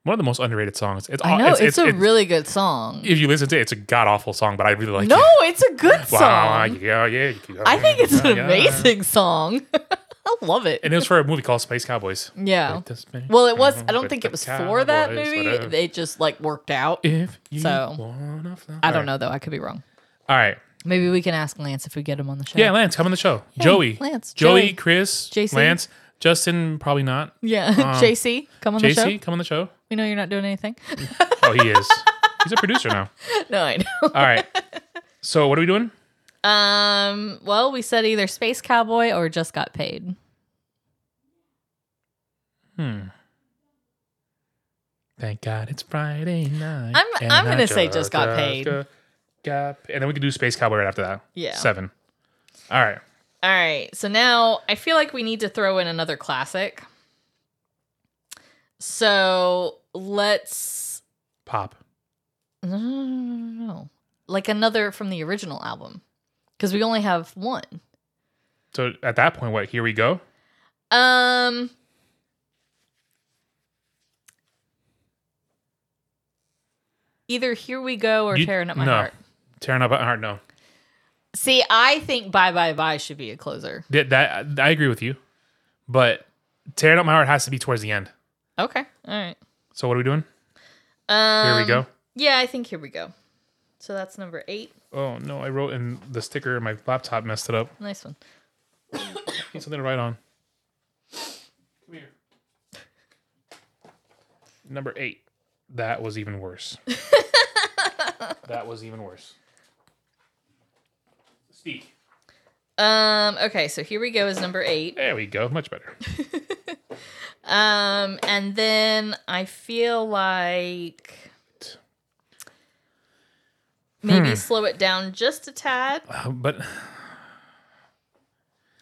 Speaker 1: One of the most underrated songs. Oh, It's
Speaker 2: I know it's, a
Speaker 1: it's-
Speaker 2: really good song.
Speaker 1: if you listen to it, it's a god awful song, but I really like
Speaker 2: no,
Speaker 1: it.
Speaker 2: it's a good <laughs> song.
Speaker 1: Wow, yeah, yeah, yeah,
Speaker 2: I think it's an
Speaker 1: yeah.
Speaker 2: amazing song. <laughs> I love it.
Speaker 1: And it was for a movie called Space Cowboys.
Speaker 2: yeah.
Speaker 1: Like the space
Speaker 2: Well, it was. I
Speaker 1: cowboy,
Speaker 2: don't think
Speaker 1: the
Speaker 2: it was for that
Speaker 1: cowboys,
Speaker 2: movie.
Speaker 1: whatever.
Speaker 2: It just like worked out.
Speaker 1: If you
Speaker 2: So,
Speaker 1: wanna fly.
Speaker 2: I don't know though. I could be wrong.
Speaker 1: All right.
Speaker 2: Maybe we can ask Lance if we get him on the show.
Speaker 1: Yeah, Lance, come on the show. Joey.
Speaker 2: Lance,
Speaker 1: Joey,
Speaker 2: Joey,
Speaker 1: Chris,
Speaker 2: JC.
Speaker 1: Lance, Justin, probably not.
Speaker 2: <laughs> Yeah.
Speaker 1: Uh,
Speaker 2: JC, come on the
Speaker 1: JC,
Speaker 2: show.
Speaker 1: come on the show.
Speaker 2: We know you're not doing anything. <laughs>
Speaker 1: Oh, he is. He's a producer now.
Speaker 2: no, I know.
Speaker 1: All right. So what are we doing?
Speaker 2: Um. Well, we said either Space Cowboy or just got paid.
Speaker 1: Thank God it's Friday night.
Speaker 2: I'm-
Speaker 1: and
Speaker 2: I'm
Speaker 1: I
Speaker 2: gonna say just got paid.
Speaker 1: got- got- and then we can do Space Cowboy right after that.
Speaker 2: Yeah.
Speaker 1: Seven. All right.
Speaker 2: All right. So now I feel like we need to throw in another classic. So let's
Speaker 1: Pop.
Speaker 2: no, no, no, no, no, no. like another from the original album because we only have one.
Speaker 1: So at that point, what? Here we go.
Speaker 2: Um. Either here we go or
Speaker 1: You-
Speaker 2: tearing up my
Speaker 1: no.
Speaker 2: heart.
Speaker 1: Tearing up my heart. No.
Speaker 2: See, I think bye bye bye should be a closer.
Speaker 1: That, that I agree with you, but tearing up my heart has to be towards the end.
Speaker 2: Okay, all right.
Speaker 1: So what are we doing?
Speaker 2: Um,
Speaker 1: Here we go.
Speaker 2: Yeah, I think here we go. So that's number eight.
Speaker 1: Oh no! I wrote in the sticker. and My laptop messed it up.
Speaker 2: Nice one.
Speaker 1: Need something to write on. Come here. Number eight. That was even worse. that was even worse. Speak.
Speaker 2: Um, okay, so here we go is number eight.
Speaker 1: There we go. Much better.
Speaker 2: Um, and then I feel like
Speaker 1: Hmm.
Speaker 2: maybe slow it down just a tad.
Speaker 1: Uh, but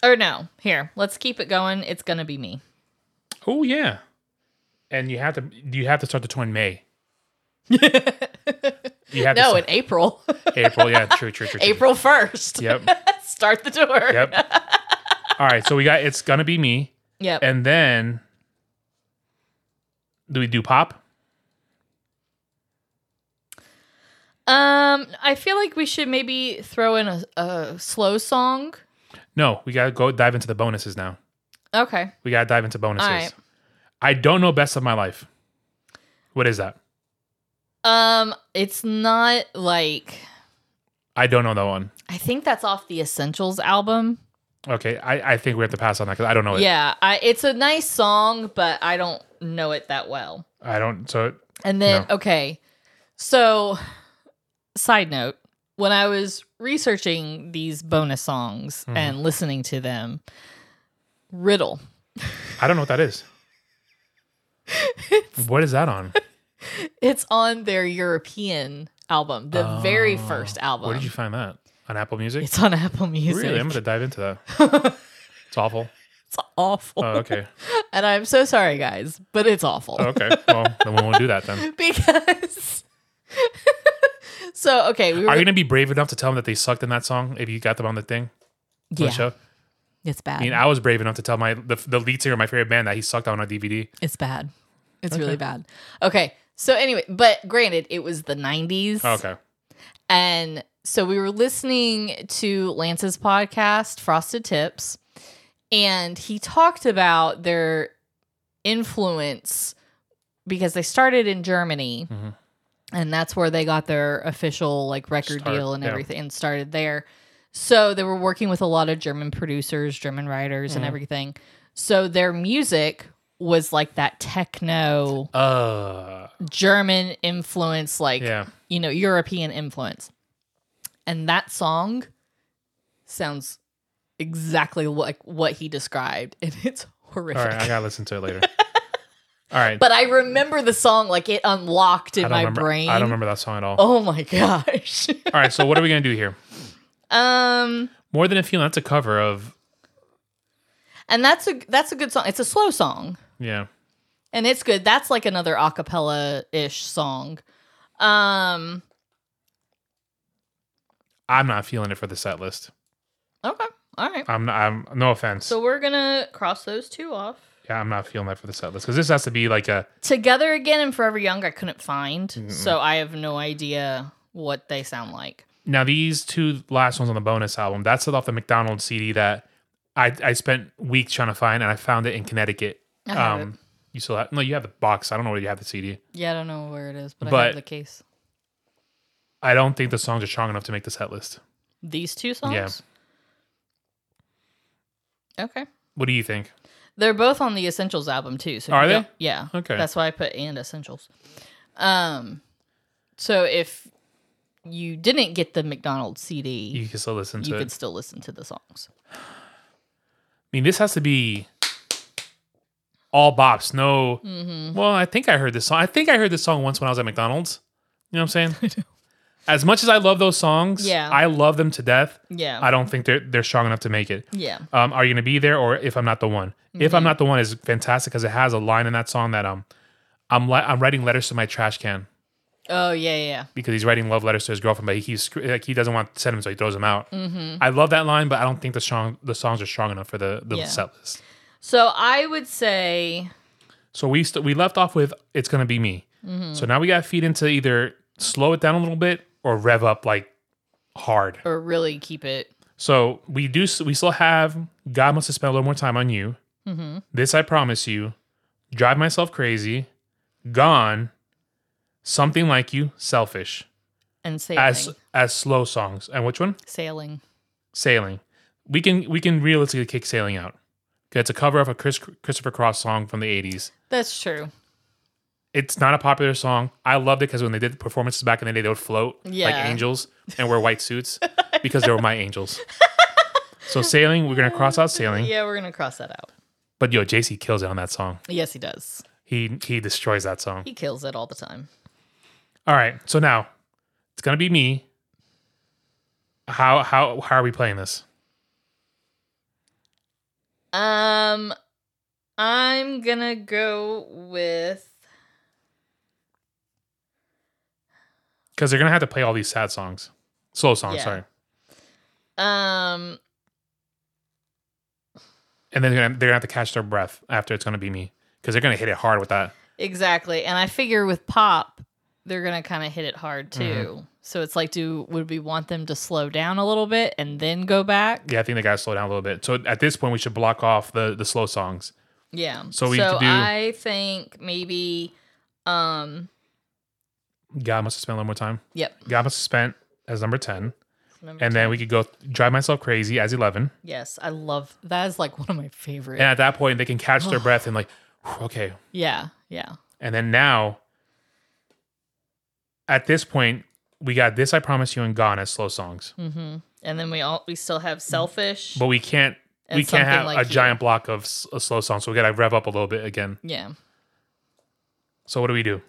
Speaker 2: Or no, here, let's keep it going. It's gonna be me.
Speaker 1: oh yeah, and you have to you have to start the tour in <laughs> May. You have
Speaker 2: No,
Speaker 1: to
Speaker 2: in <laughs> April.
Speaker 1: start April. Yeah, true, true, true. true.
Speaker 2: April first.
Speaker 1: Yep.
Speaker 2: <laughs> Start the tour.
Speaker 1: Yep. All right, so we got it's gonna be me,
Speaker 2: Yep.
Speaker 1: and then do we do pop?
Speaker 2: Um, I feel like we should maybe throw in a, a slow song.
Speaker 1: No, we gotta go dive into the bonuses now.
Speaker 2: Okay.
Speaker 1: We gotta dive into bonuses.
Speaker 2: All right.
Speaker 1: I don't know best of my life. What is that?
Speaker 2: Um, it's not like
Speaker 1: I don't know that one.
Speaker 2: I think that's off the Essentials album.
Speaker 1: Okay, I, I think we have to pass on that because I don't know it.
Speaker 2: Yeah, I, it's a nice song, but I don't know it that well.
Speaker 1: I don't. So
Speaker 2: And then,
Speaker 1: No.
Speaker 2: okay. So, side note, when I was researching these bonus songs
Speaker 1: Mm-hmm.
Speaker 2: and listening to them, Riddle.
Speaker 1: I don't know what that is. what is that on?
Speaker 2: It's on their European album, the very first album.
Speaker 1: Where Oh. did you find that? On Apple Music?
Speaker 2: It's on Apple Music.
Speaker 1: really? I'm gonna dive into that.
Speaker 2: <laughs>
Speaker 1: it's awful.
Speaker 2: It's awful.
Speaker 1: Oh, okay.
Speaker 2: and I'm so sorry, guys, but it's awful.
Speaker 1: Okay. Well, then we won't do that then.
Speaker 2: <laughs> Because. <laughs> so, okay. We were,
Speaker 1: Are you gonna be brave enough to tell them that they sucked in that song if you got them on the thing? on
Speaker 2: yeah,
Speaker 1: The show?
Speaker 2: It's bad.
Speaker 1: I mean, I was brave enough to tell my the, the lead singer of my favorite band that he sucked on a DVD.
Speaker 2: It's bad. It's really bad. Okay. So anyway, but granted, it was the 90s.
Speaker 1: Oh, Okay.
Speaker 2: And so we were listening to Lance's podcast, Frosted Tips, and he talked about their influence because they started in Germany.
Speaker 1: Mhm.
Speaker 2: And that's where they got their official like record
Speaker 1: Start,
Speaker 2: deal and
Speaker 1: yeah.
Speaker 2: everything and started there. So they were working with a lot of German producers, German writers and
Speaker 1: Mhm.
Speaker 2: everything. So their music was like that techno
Speaker 1: Uh.
Speaker 2: German influence like
Speaker 1: Yeah.
Speaker 2: you know, European influence. And that song sounds exactly like what he described, <laughs> and it's horrific.
Speaker 1: All right. I gotta listen to it
Speaker 2: <laughs>
Speaker 1: later. All right.
Speaker 2: But I remember the song like it unlocked
Speaker 1: I
Speaker 2: in
Speaker 1: don't
Speaker 2: my
Speaker 1: remember.
Speaker 2: brain.
Speaker 1: I don't remember that song at all.
Speaker 2: Oh my gosh. <laughs>
Speaker 1: All right. So what are we gonna do here?
Speaker 2: um
Speaker 1: More than a feeling. That's a cover of.
Speaker 2: and that's a that's a good song. It's a slow song.
Speaker 1: Yeah.
Speaker 2: And it's good. That's like another acapella ish song. Um
Speaker 1: I'm not feeling it for the set list.
Speaker 2: okay. All right.
Speaker 1: I'm. Not, I'm. No offense.
Speaker 2: So we're gonna cross those two off.
Speaker 1: yeah, I'm not feeling that for the set list because this has to be like a.
Speaker 2: Together Again and Forever Young, I couldn't find. So I have no idea what they sound like.
Speaker 1: Now these two last ones on the bonus album. That's off the McDonald's CD that I I spent weeks trying to find and I found it in Connecticut. Um,
Speaker 2: I have it.
Speaker 1: you still have no. You have the box. I don't know whether you have the CD.
Speaker 2: Yeah, I don't know where it is, but, I
Speaker 1: But-
Speaker 2: have the case.
Speaker 1: I don't think the songs are strong enough to make the set list.
Speaker 2: These two songs? Okay.
Speaker 1: What do you think?
Speaker 2: They're both on the Essentials album too. So if
Speaker 1: Are
Speaker 2: you
Speaker 1: they?
Speaker 2: don't- Yeah.
Speaker 1: Okay.
Speaker 2: That's why I put and Essentials. Um so if you didn't get the McDonald's CD,
Speaker 1: You can still listen
Speaker 2: you,
Speaker 1: to it.
Speaker 2: could still listen to the songs.
Speaker 1: I mean, this has to be all bops. No,
Speaker 2: Mhm.
Speaker 1: well, I think I heard this song. I think I heard this song once when I was at McDonald's. You know what
Speaker 2: <laughs>
Speaker 1: I'm saying? As much as I love those songs,
Speaker 2: Yeah.
Speaker 1: I love them to death.
Speaker 2: Yeah.
Speaker 1: I don't think they're they're strong enough to make it.
Speaker 2: yeah.
Speaker 1: Um, are you gonna be there or if I'm not the one? If
Speaker 2: Mm-hmm.
Speaker 1: I'm not the one is fantastic because it has a line in that song that um, I'm li- I'm writing letters to my trash can
Speaker 2: Oh yeah, yeah.
Speaker 1: because he's writing love letters to his girlfriend, but he keeps scr- like he doesn't want to send them, so he throws them out.
Speaker 2: Mm-hmm.
Speaker 1: I love that line, but I don't think the strong the songs are strong enough for the the
Speaker 2: Yeah.
Speaker 1: set list.
Speaker 2: So I would say
Speaker 1: So we st- we left off with it's gonna be me. So now we gotta feed into either slow it down a little bit or rev up like hard.
Speaker 2: or really keep it
Speaker 1: So we do s- we still have God must have spent a little more time on you.
Speaker 2: Mm-hmm.
Speaker 1: This I promise you. Drive myself crazy. Gone. Something like you. Selfish.
Speaker 2: and sailing.
Speaker 1: As as slow songs. And which one?
Speaker 2: sailing.
Speaker 1: Sailing. We can we can realistically kick sailing out. 'Cause It's a cover of a Chris, Christopher Cross song from the eighties.
Speaker 2: That's true.
Speaker 1: it's not a popular song. I loved it because when they did performances back in the day, they would float
Speaker 2: <laughs> Yeah.
Speaker 1: like angels and wear white suits because they were my angels.
Speaker 2: <laughs>
Speaker 1: So sailing, we're gonna cross out sailing.
Speaker 2: Yeah, we're gonna cross that out.
Speaker 1: But yo, JC kills it on that song.
Speaker 2: Yes, he does.
Speaker 1: He he destroys that song.
Speaker 2: He kills it all the time.
Speaker 1: All right. So now it's gonna be me. How how how are we playing this?
Speaker 2: Um, I'm gonna go with
Speaker 1: Because they're gonna have to play all these sad songs, slow songs.
Speaker 2: Yeah.
Speaker 1: Sorry.
Speaker 2: um.
Speaker 1: And then they're gonna, they're gonna have to catch their breath after it's gonna be me because they're gonna hit it hard with that.
Speaker 2: Exactly. And I figure with pop, they're going to kind of hit it hard too.
Speaker 1: Mm-hmm.
Speaker 2: So it's like do would we want them to slow down a little bit and then go back?
Speaker 1: Yeah, I think they gotta slow down a little bit. So at this point, we should block off the the slow songs.
Speaker 2: Yeah.
Speaker 1: So we
Speaker 2: so
Speaker 1: could do-
Speaker 2: I think maybe um
Speaker 1: God must have spent a little more time.
Speaker 2: yep.
Speaker 1: God must have spent as number ten,
Speaker 2: Number
Speaker 1: and then we could go drive myself crazy as eleven.
Speaker 2: Yes, I love that is like one of my favorite.
Speaker 1: And at that point, they can catch
Speaker 2: <sighs>
Speaker 1: their breath and like, "Whew, okay.
Speaker 2: yeah. Yeah.
Speaker 1: And then now, at this point, we got this. I promise you and Gone as slow songs,
Speaker 2: Mhm. And then we all we still have selfish.
Speaker 1: Mm. but we can't.
Speaker 2: And
Speaker 1: we can't
Speaker 2: Something
Speaker 1: have
Speaker 2: Like
Speaker 1: a
Speaker 2: You.
Speaker 1: giant block of s- a slow song, so we gotta rev up a little bit again.
Speaker 2: yeah.
Speaker 1: So what do we do?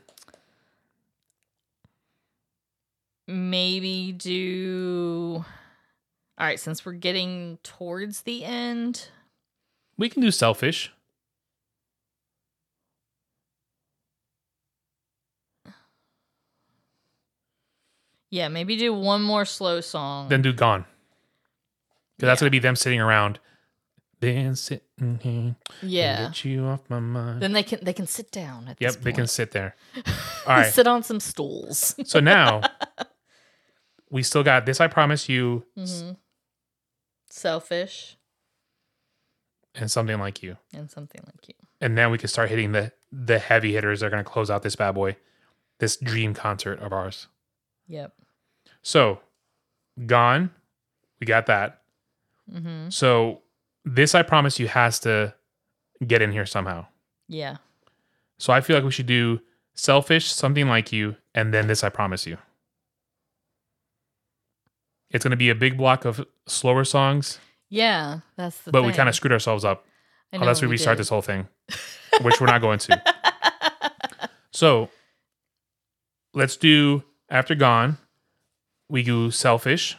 Speaker 2: Maybe do All right, since we're getting towards the end,
Speaker 1: We can do selfish.
Speaker 2: Mm-hmm. yeah, maybe do one more slow song.
Speaker 1: then do gone. 'Cause that's gonna be them sitting around. Been sitting here.
Speaker 2: yeah.
Speaker 1: Get you off my mind.
Speaker 2: Then they can they can sit down. At
Speaker 1: yep,
Speaker 2: this
Speaker 1: they can
Speaker 2: point.
Speaker 1: sit there. All right.
Speaker 2: <laughs> sit on
Speaker 1: <laughs>
Speaker 2: some stools.
Speaker 1: so now we still got this. I promise you, s-
Speaker 2: Mhm. Selfish
Speaker 1: and something like you.
Speaker 2: and something like you.
Speaker 1: And then we can start hitting the the heavy hitters. They're gonna close out this bad boy, this dream concert of ours.
Speaker 2: Yep.
Speaker 1: So, gone. We got that.
Speaker 2: hmm
Speaker 1: So this I promise you has to get in here somehow.
Speaker 2: Yeah.
Speaker 1: So I feel like we should do selfish, something like you, and then this I promise you. It's going to be a big block of slower songs,
Speaker 2: Yeah. That's the.
Speaker 1: but we kind of screwed ourselves up unless we, restart this whole thing, which we're not going to. So let's do after gone, we do selfish.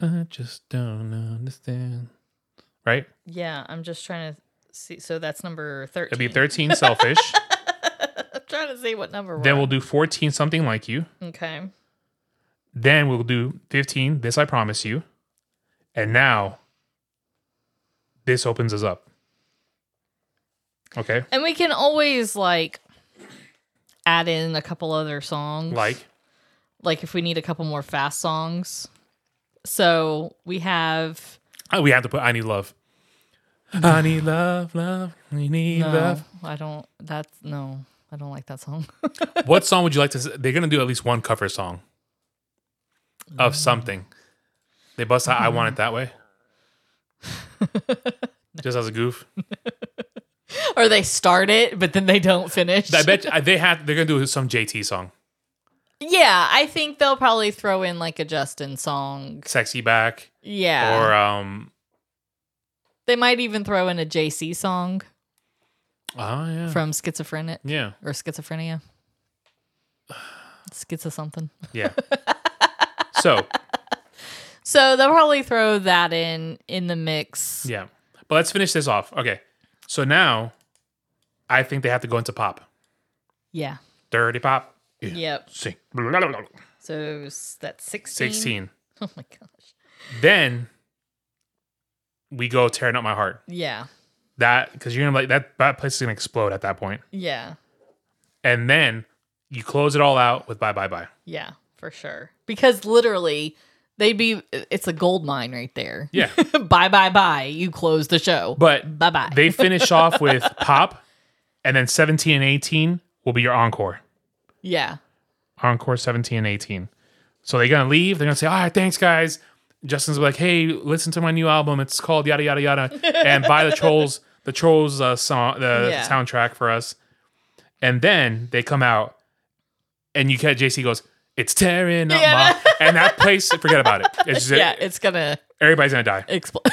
Speaker 1: I just don't understand. Right?
Speaker 2: yeah, I'm just trying to see. So that's number thirteen.
Speaker 1: It'll be 13 selfish.
Speaker 2: <laughs> I'm trying to see what number.
Speaker 1: then
Speaker 2: we're
Speaker 1: we'll
Speaker 2: on.
Speaker 1: do 14 something like you.
Speaker 2: Okay.
Speaker 1: Then we'll do 15, this I promise you. And now this opens us up. Okay.
Speaker 2: And we can always like add in a couple other songs.
Speaker 1: Like,
Speaker 2: like if we need a couple more fast songs. So we have
Speaker 1: oh, we have to put I Need Love.
Speaker 2: <sighs>
Speaker 1: I need love, love, we need
Speaker 2: no,
Speaker 1: love.
Speaker 2: I don't that's no, I don't like that song. <laughs>
Speaker 1: What song would you like to? s- They're going to do at least one cover song of
Speaker 2: Mm.
Speaker 1: something. They bust out I Want It That
Speaker 2: <laughs>
Speaker 1: Way. Just as a goof.
Speaker 2: or they start it but then they don't finish.
Speaker 1: I bet you- they have, they're going to do some JT song.
Speaker 2: <laughs> yeah, I think they'll probably throw in like a Justin song.
Speaker 1: Sexy Back
Speaker 2: Yeah.
Speaker 1: or um,
Speaker 2: they might even throw in a JC song
Speaker 1: oh, yeah.
Speaker 2: from Schizophrenic
Speaker 1: yeah.
Speaker 2: or Schizophrenia. <sighs> Schizo something. <laughs>
Speaker 1: Yeah. so
Speaker 2: So they'll probably throw that in in the mix.
Speaker 1: yeah, but let's finish this off. Okay. So now, I think they have to go into pop.
Speaker 2: Yeah.
Speaker 1: Dirty pop.
Speaker 2: Yep.
Speaker 1: Sing. Blah, blah, blah, blah.
Speaker 2: So s- that's 16.
Speaker 1: Sixteen.
Speaker 2: <laughs> Oh my gosh.
Speaker 1: Then we go tearing up my heart.
Speaker 2: Yeah.
Speaker 1: That because you're gonna like that. That place is gonna explode at that point.
Speaker 2: Yeah.
Speaker 1: And then you close it all out with bye bye bye.
Speaker 2: Yeah, for sure. Because literally they'd be it's a gold mine right there.
Speaker 1: Yeah.
Speaker 2: <laughs> bye bye bye. You close the show.
Speaker 1: But
Speaker 2: bye bye.
Speaker 1: they finish off with pop, and then seventeen and eighteen will be your encore.
Speaker 2: yeah.
Speaker 1: Encore 17 and 18. So they're gonna leave. They're gonna say, "All right, thanks, guys." Justin's like, "Hey, listen to my new album. It's called yada yada
Speaker 2: <laughs>
Speaker 1: yada," and buy the trolls the trolls uh, song the
Speaker 2: Yeah.
Speaker 1: soundtrack for us. And then they come out, and you catch JC goes, It's tearing up
Speaker 2: Yeah.
Speaker 1: my. And that place, forget about it. It's just,
Speaker 2: yeah, it's gonna
Speaker 1: everybody's gonna die.
Speaker 2: <laughs> explode.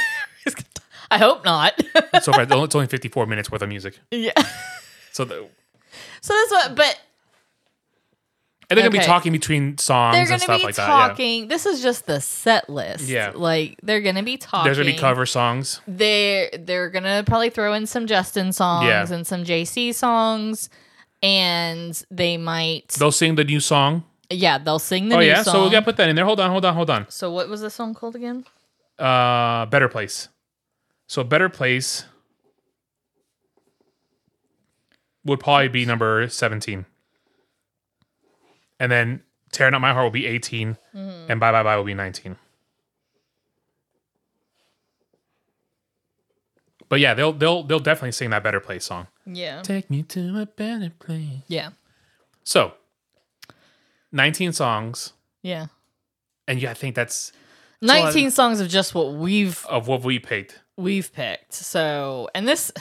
Speaker 2: I hope not. <laughs>
Speaker 1: So far, it's only 54 minutes worth of music.
Speaker 2: yeah.
Speaker 1: So the, and
Speaker 2: So that's what. But
Speaker 1: they're gonna be
Speaker 2: Okay.
Speaker 1: talking between songs
Speaker 2: they're
Speaker 1: and
Speaker 2: gonna
Speaker 1: stuff
Speaker 2: be
Speaker 1: like that. Yeah.
Speaker 2: talking. This is just the set list.
Speaker 1: Yeah.
Speaker 2: Like they're gonna be talking.
Speaker 1: There's gonna be cover songs.
Speaker 2: They're they're gonna probably throw in some Justin songs
Speaker 1: Yeah.
Speaker 2: and some JC songs, and they might.
Speaker 1: They'll sing the new song.
Speaker 2: yeah, they'll sing the
Speaker 1: oh
Speaker 2: new
Speaker 1: yeah,
Speaker 2: song.
Speaker 1: so we gotta put that in there. Hold on, hold on, hold on.
Speaker 2: So what was the song called again?
Speaker 1: Uh, better place. So better place would probably be number 17, and then tearing up my heart will be 18, and bye bye bye will be 19. But yeah, they'll they'll they'll definitely sing that better place song.
Speaker 2: Yeah.
Speaker 1: Take me to a better place.
Speaker 2: Yeah.
Speaker 1: So, 19 songs,
Speaker 2: Yeah.
Speaker 1: and yeah, I think that's
Speaker 2: 19 songs of just what we've
Speaker 1: of what we picked.
Speaker 2: we've picked. So, and this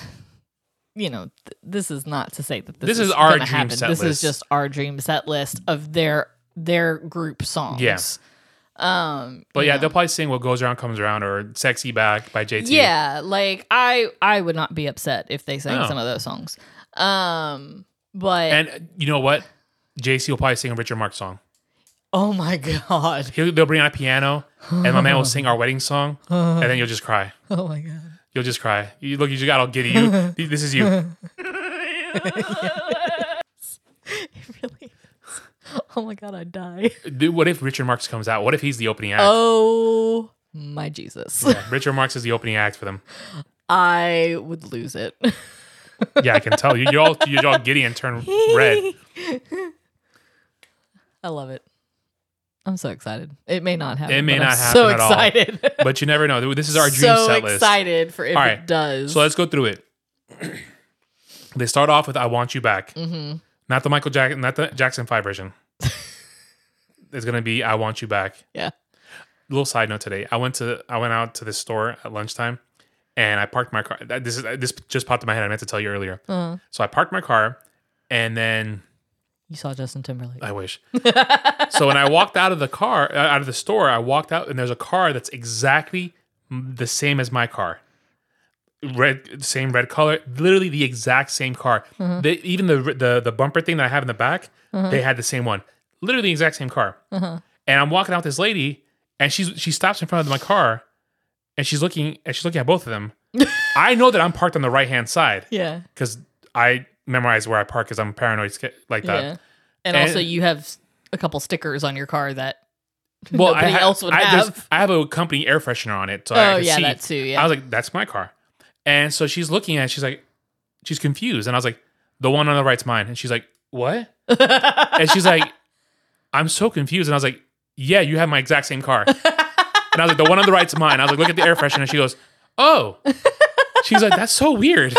Speaker 2: you know, th- this is not to say that
Speaker 1: This
Speaker 2: this,
Speaker 1: is our
Speaker 2: gonna
Speaker 1: dream
Speaker 2: happen.
Speaker 1: set
Speaker 2: This is
Speaker 1: list.
Speaker 2: just our dream set list of their their group songs.
Speaker 1: Yeah.
Speaker 2: Um
Speaker 1: But yeah, they'll probably sing "What Goes Around Comes Around" or "Sexy Back" by JT.
Speaker 2: yeah, like I I would not be upset if they sang
Speaker 1: No.
Speaker 2: some of those songs. Um but
Speaker 1: Oh. and uh, you know what? JC will probably sing a Richard Marx song.
Speaker 2: oh my <laughs> god.
Speaker 1: He'll, they'll bring out a piano, and my man will sing our wedding song, and then you'll just cry.
Speaker 2: Oh my god. <laughs>
Speaker 1: You'll just cry. You look, you just got all giddy. You, this is you.
Speaker 2: It really is. Oh my god, I die.
Speaker 1: <laughs> Dude, What if Richard Marx comes out? What if he's the opening act?
Speaker 2: Oh my Jesus.
Speaker 1: Yeah, Richard Marx is the opening act for them.
Speaker 2: I would lose it. <laughs>
Speaker 1: Yeah, I can tell you. You're all you're all giddy and turn red.
Speaker 2: <laughs> I love it. I'm so excited. It may not happen.
Speaker 1: It may
Speaker 2: but
Speaker 1: not
Speaker 2: I'm
Speaker 1: happen
Speaker 2: So
Speaker 1: at all.
Speaker 2: excited.
Speaker 1: But you never know. This is our dream
Speaker 2: <laughs> so
Speaker 1: set list.
Speaker 2: excited for if
Speaker 1: All right.
Speaker 2: it does.
Speaker 1: So let's go through it. they start off with "I Want You Back,"
Speaker 2: Mhm.
Speaker 1: not the Michael Jackson, not the Jackson Five version. it's gonna be "I Want You Back."
Speaker 2: Yeah.
Speaker 1: Little side note today, I went to I went out to this store at lunchtime, and I parked my car. that- This is this just popped in my head. I meant to tell you earlier.
Speaker 2: Uh,
Speaker 1: So I parked my car, and then
Speaker 2: you saw Justin Timberlake.
Speaker 1: I wish. <laughs> so when I walked out of the car, uh, out of the store, I walked out and there's a car that's exactly m- the same as my car. Red, same red color, literally the exact same car. They, even the, the the bumper thing that I have in the back, they had the same one, literally the exact same car. And I'm walking out with this lady, and she's she stops in front of my car, and she's looking and she's looking at both of them. I know that I'm parked on the right hand side
Speaker 2: yeah.
Speaker 1: because I memorize where I park because I'm paranoid sca- like that.
Speaker 2: yeah.
Speaker 1: and-
Speaker 2: And, also, you have s- a couple stickers on your car that
Speaker 1: <laughs> well,
Speaker 2: nobody
Speaker 1: I ha-
Speaker 2: else would
Speaker 1: I, there's-
Speaker 2: have.
Speaker 1: I have a company air freshener on it, so I
Speaker 2: Oh,
Speaker 1: can
Speaker 2: yeah,
Speaker 1: see.
Speaker 2: that too. Yeah.
Speaker 1: I was like, "That's my car," and so she's looking at, it, she's like, she's confused, and I was like, "The one on the right's mine," and she's like,
Speaker 2: <laughs>
Speaker 1: "What?" and she's like, "I'm so confused," and I was like, "Yeah, you have my exact same car," and I was like, "The one on the right's mine." I was like, "Look at the air freshener," and she goes, "Oh," she's like, "That's so weird."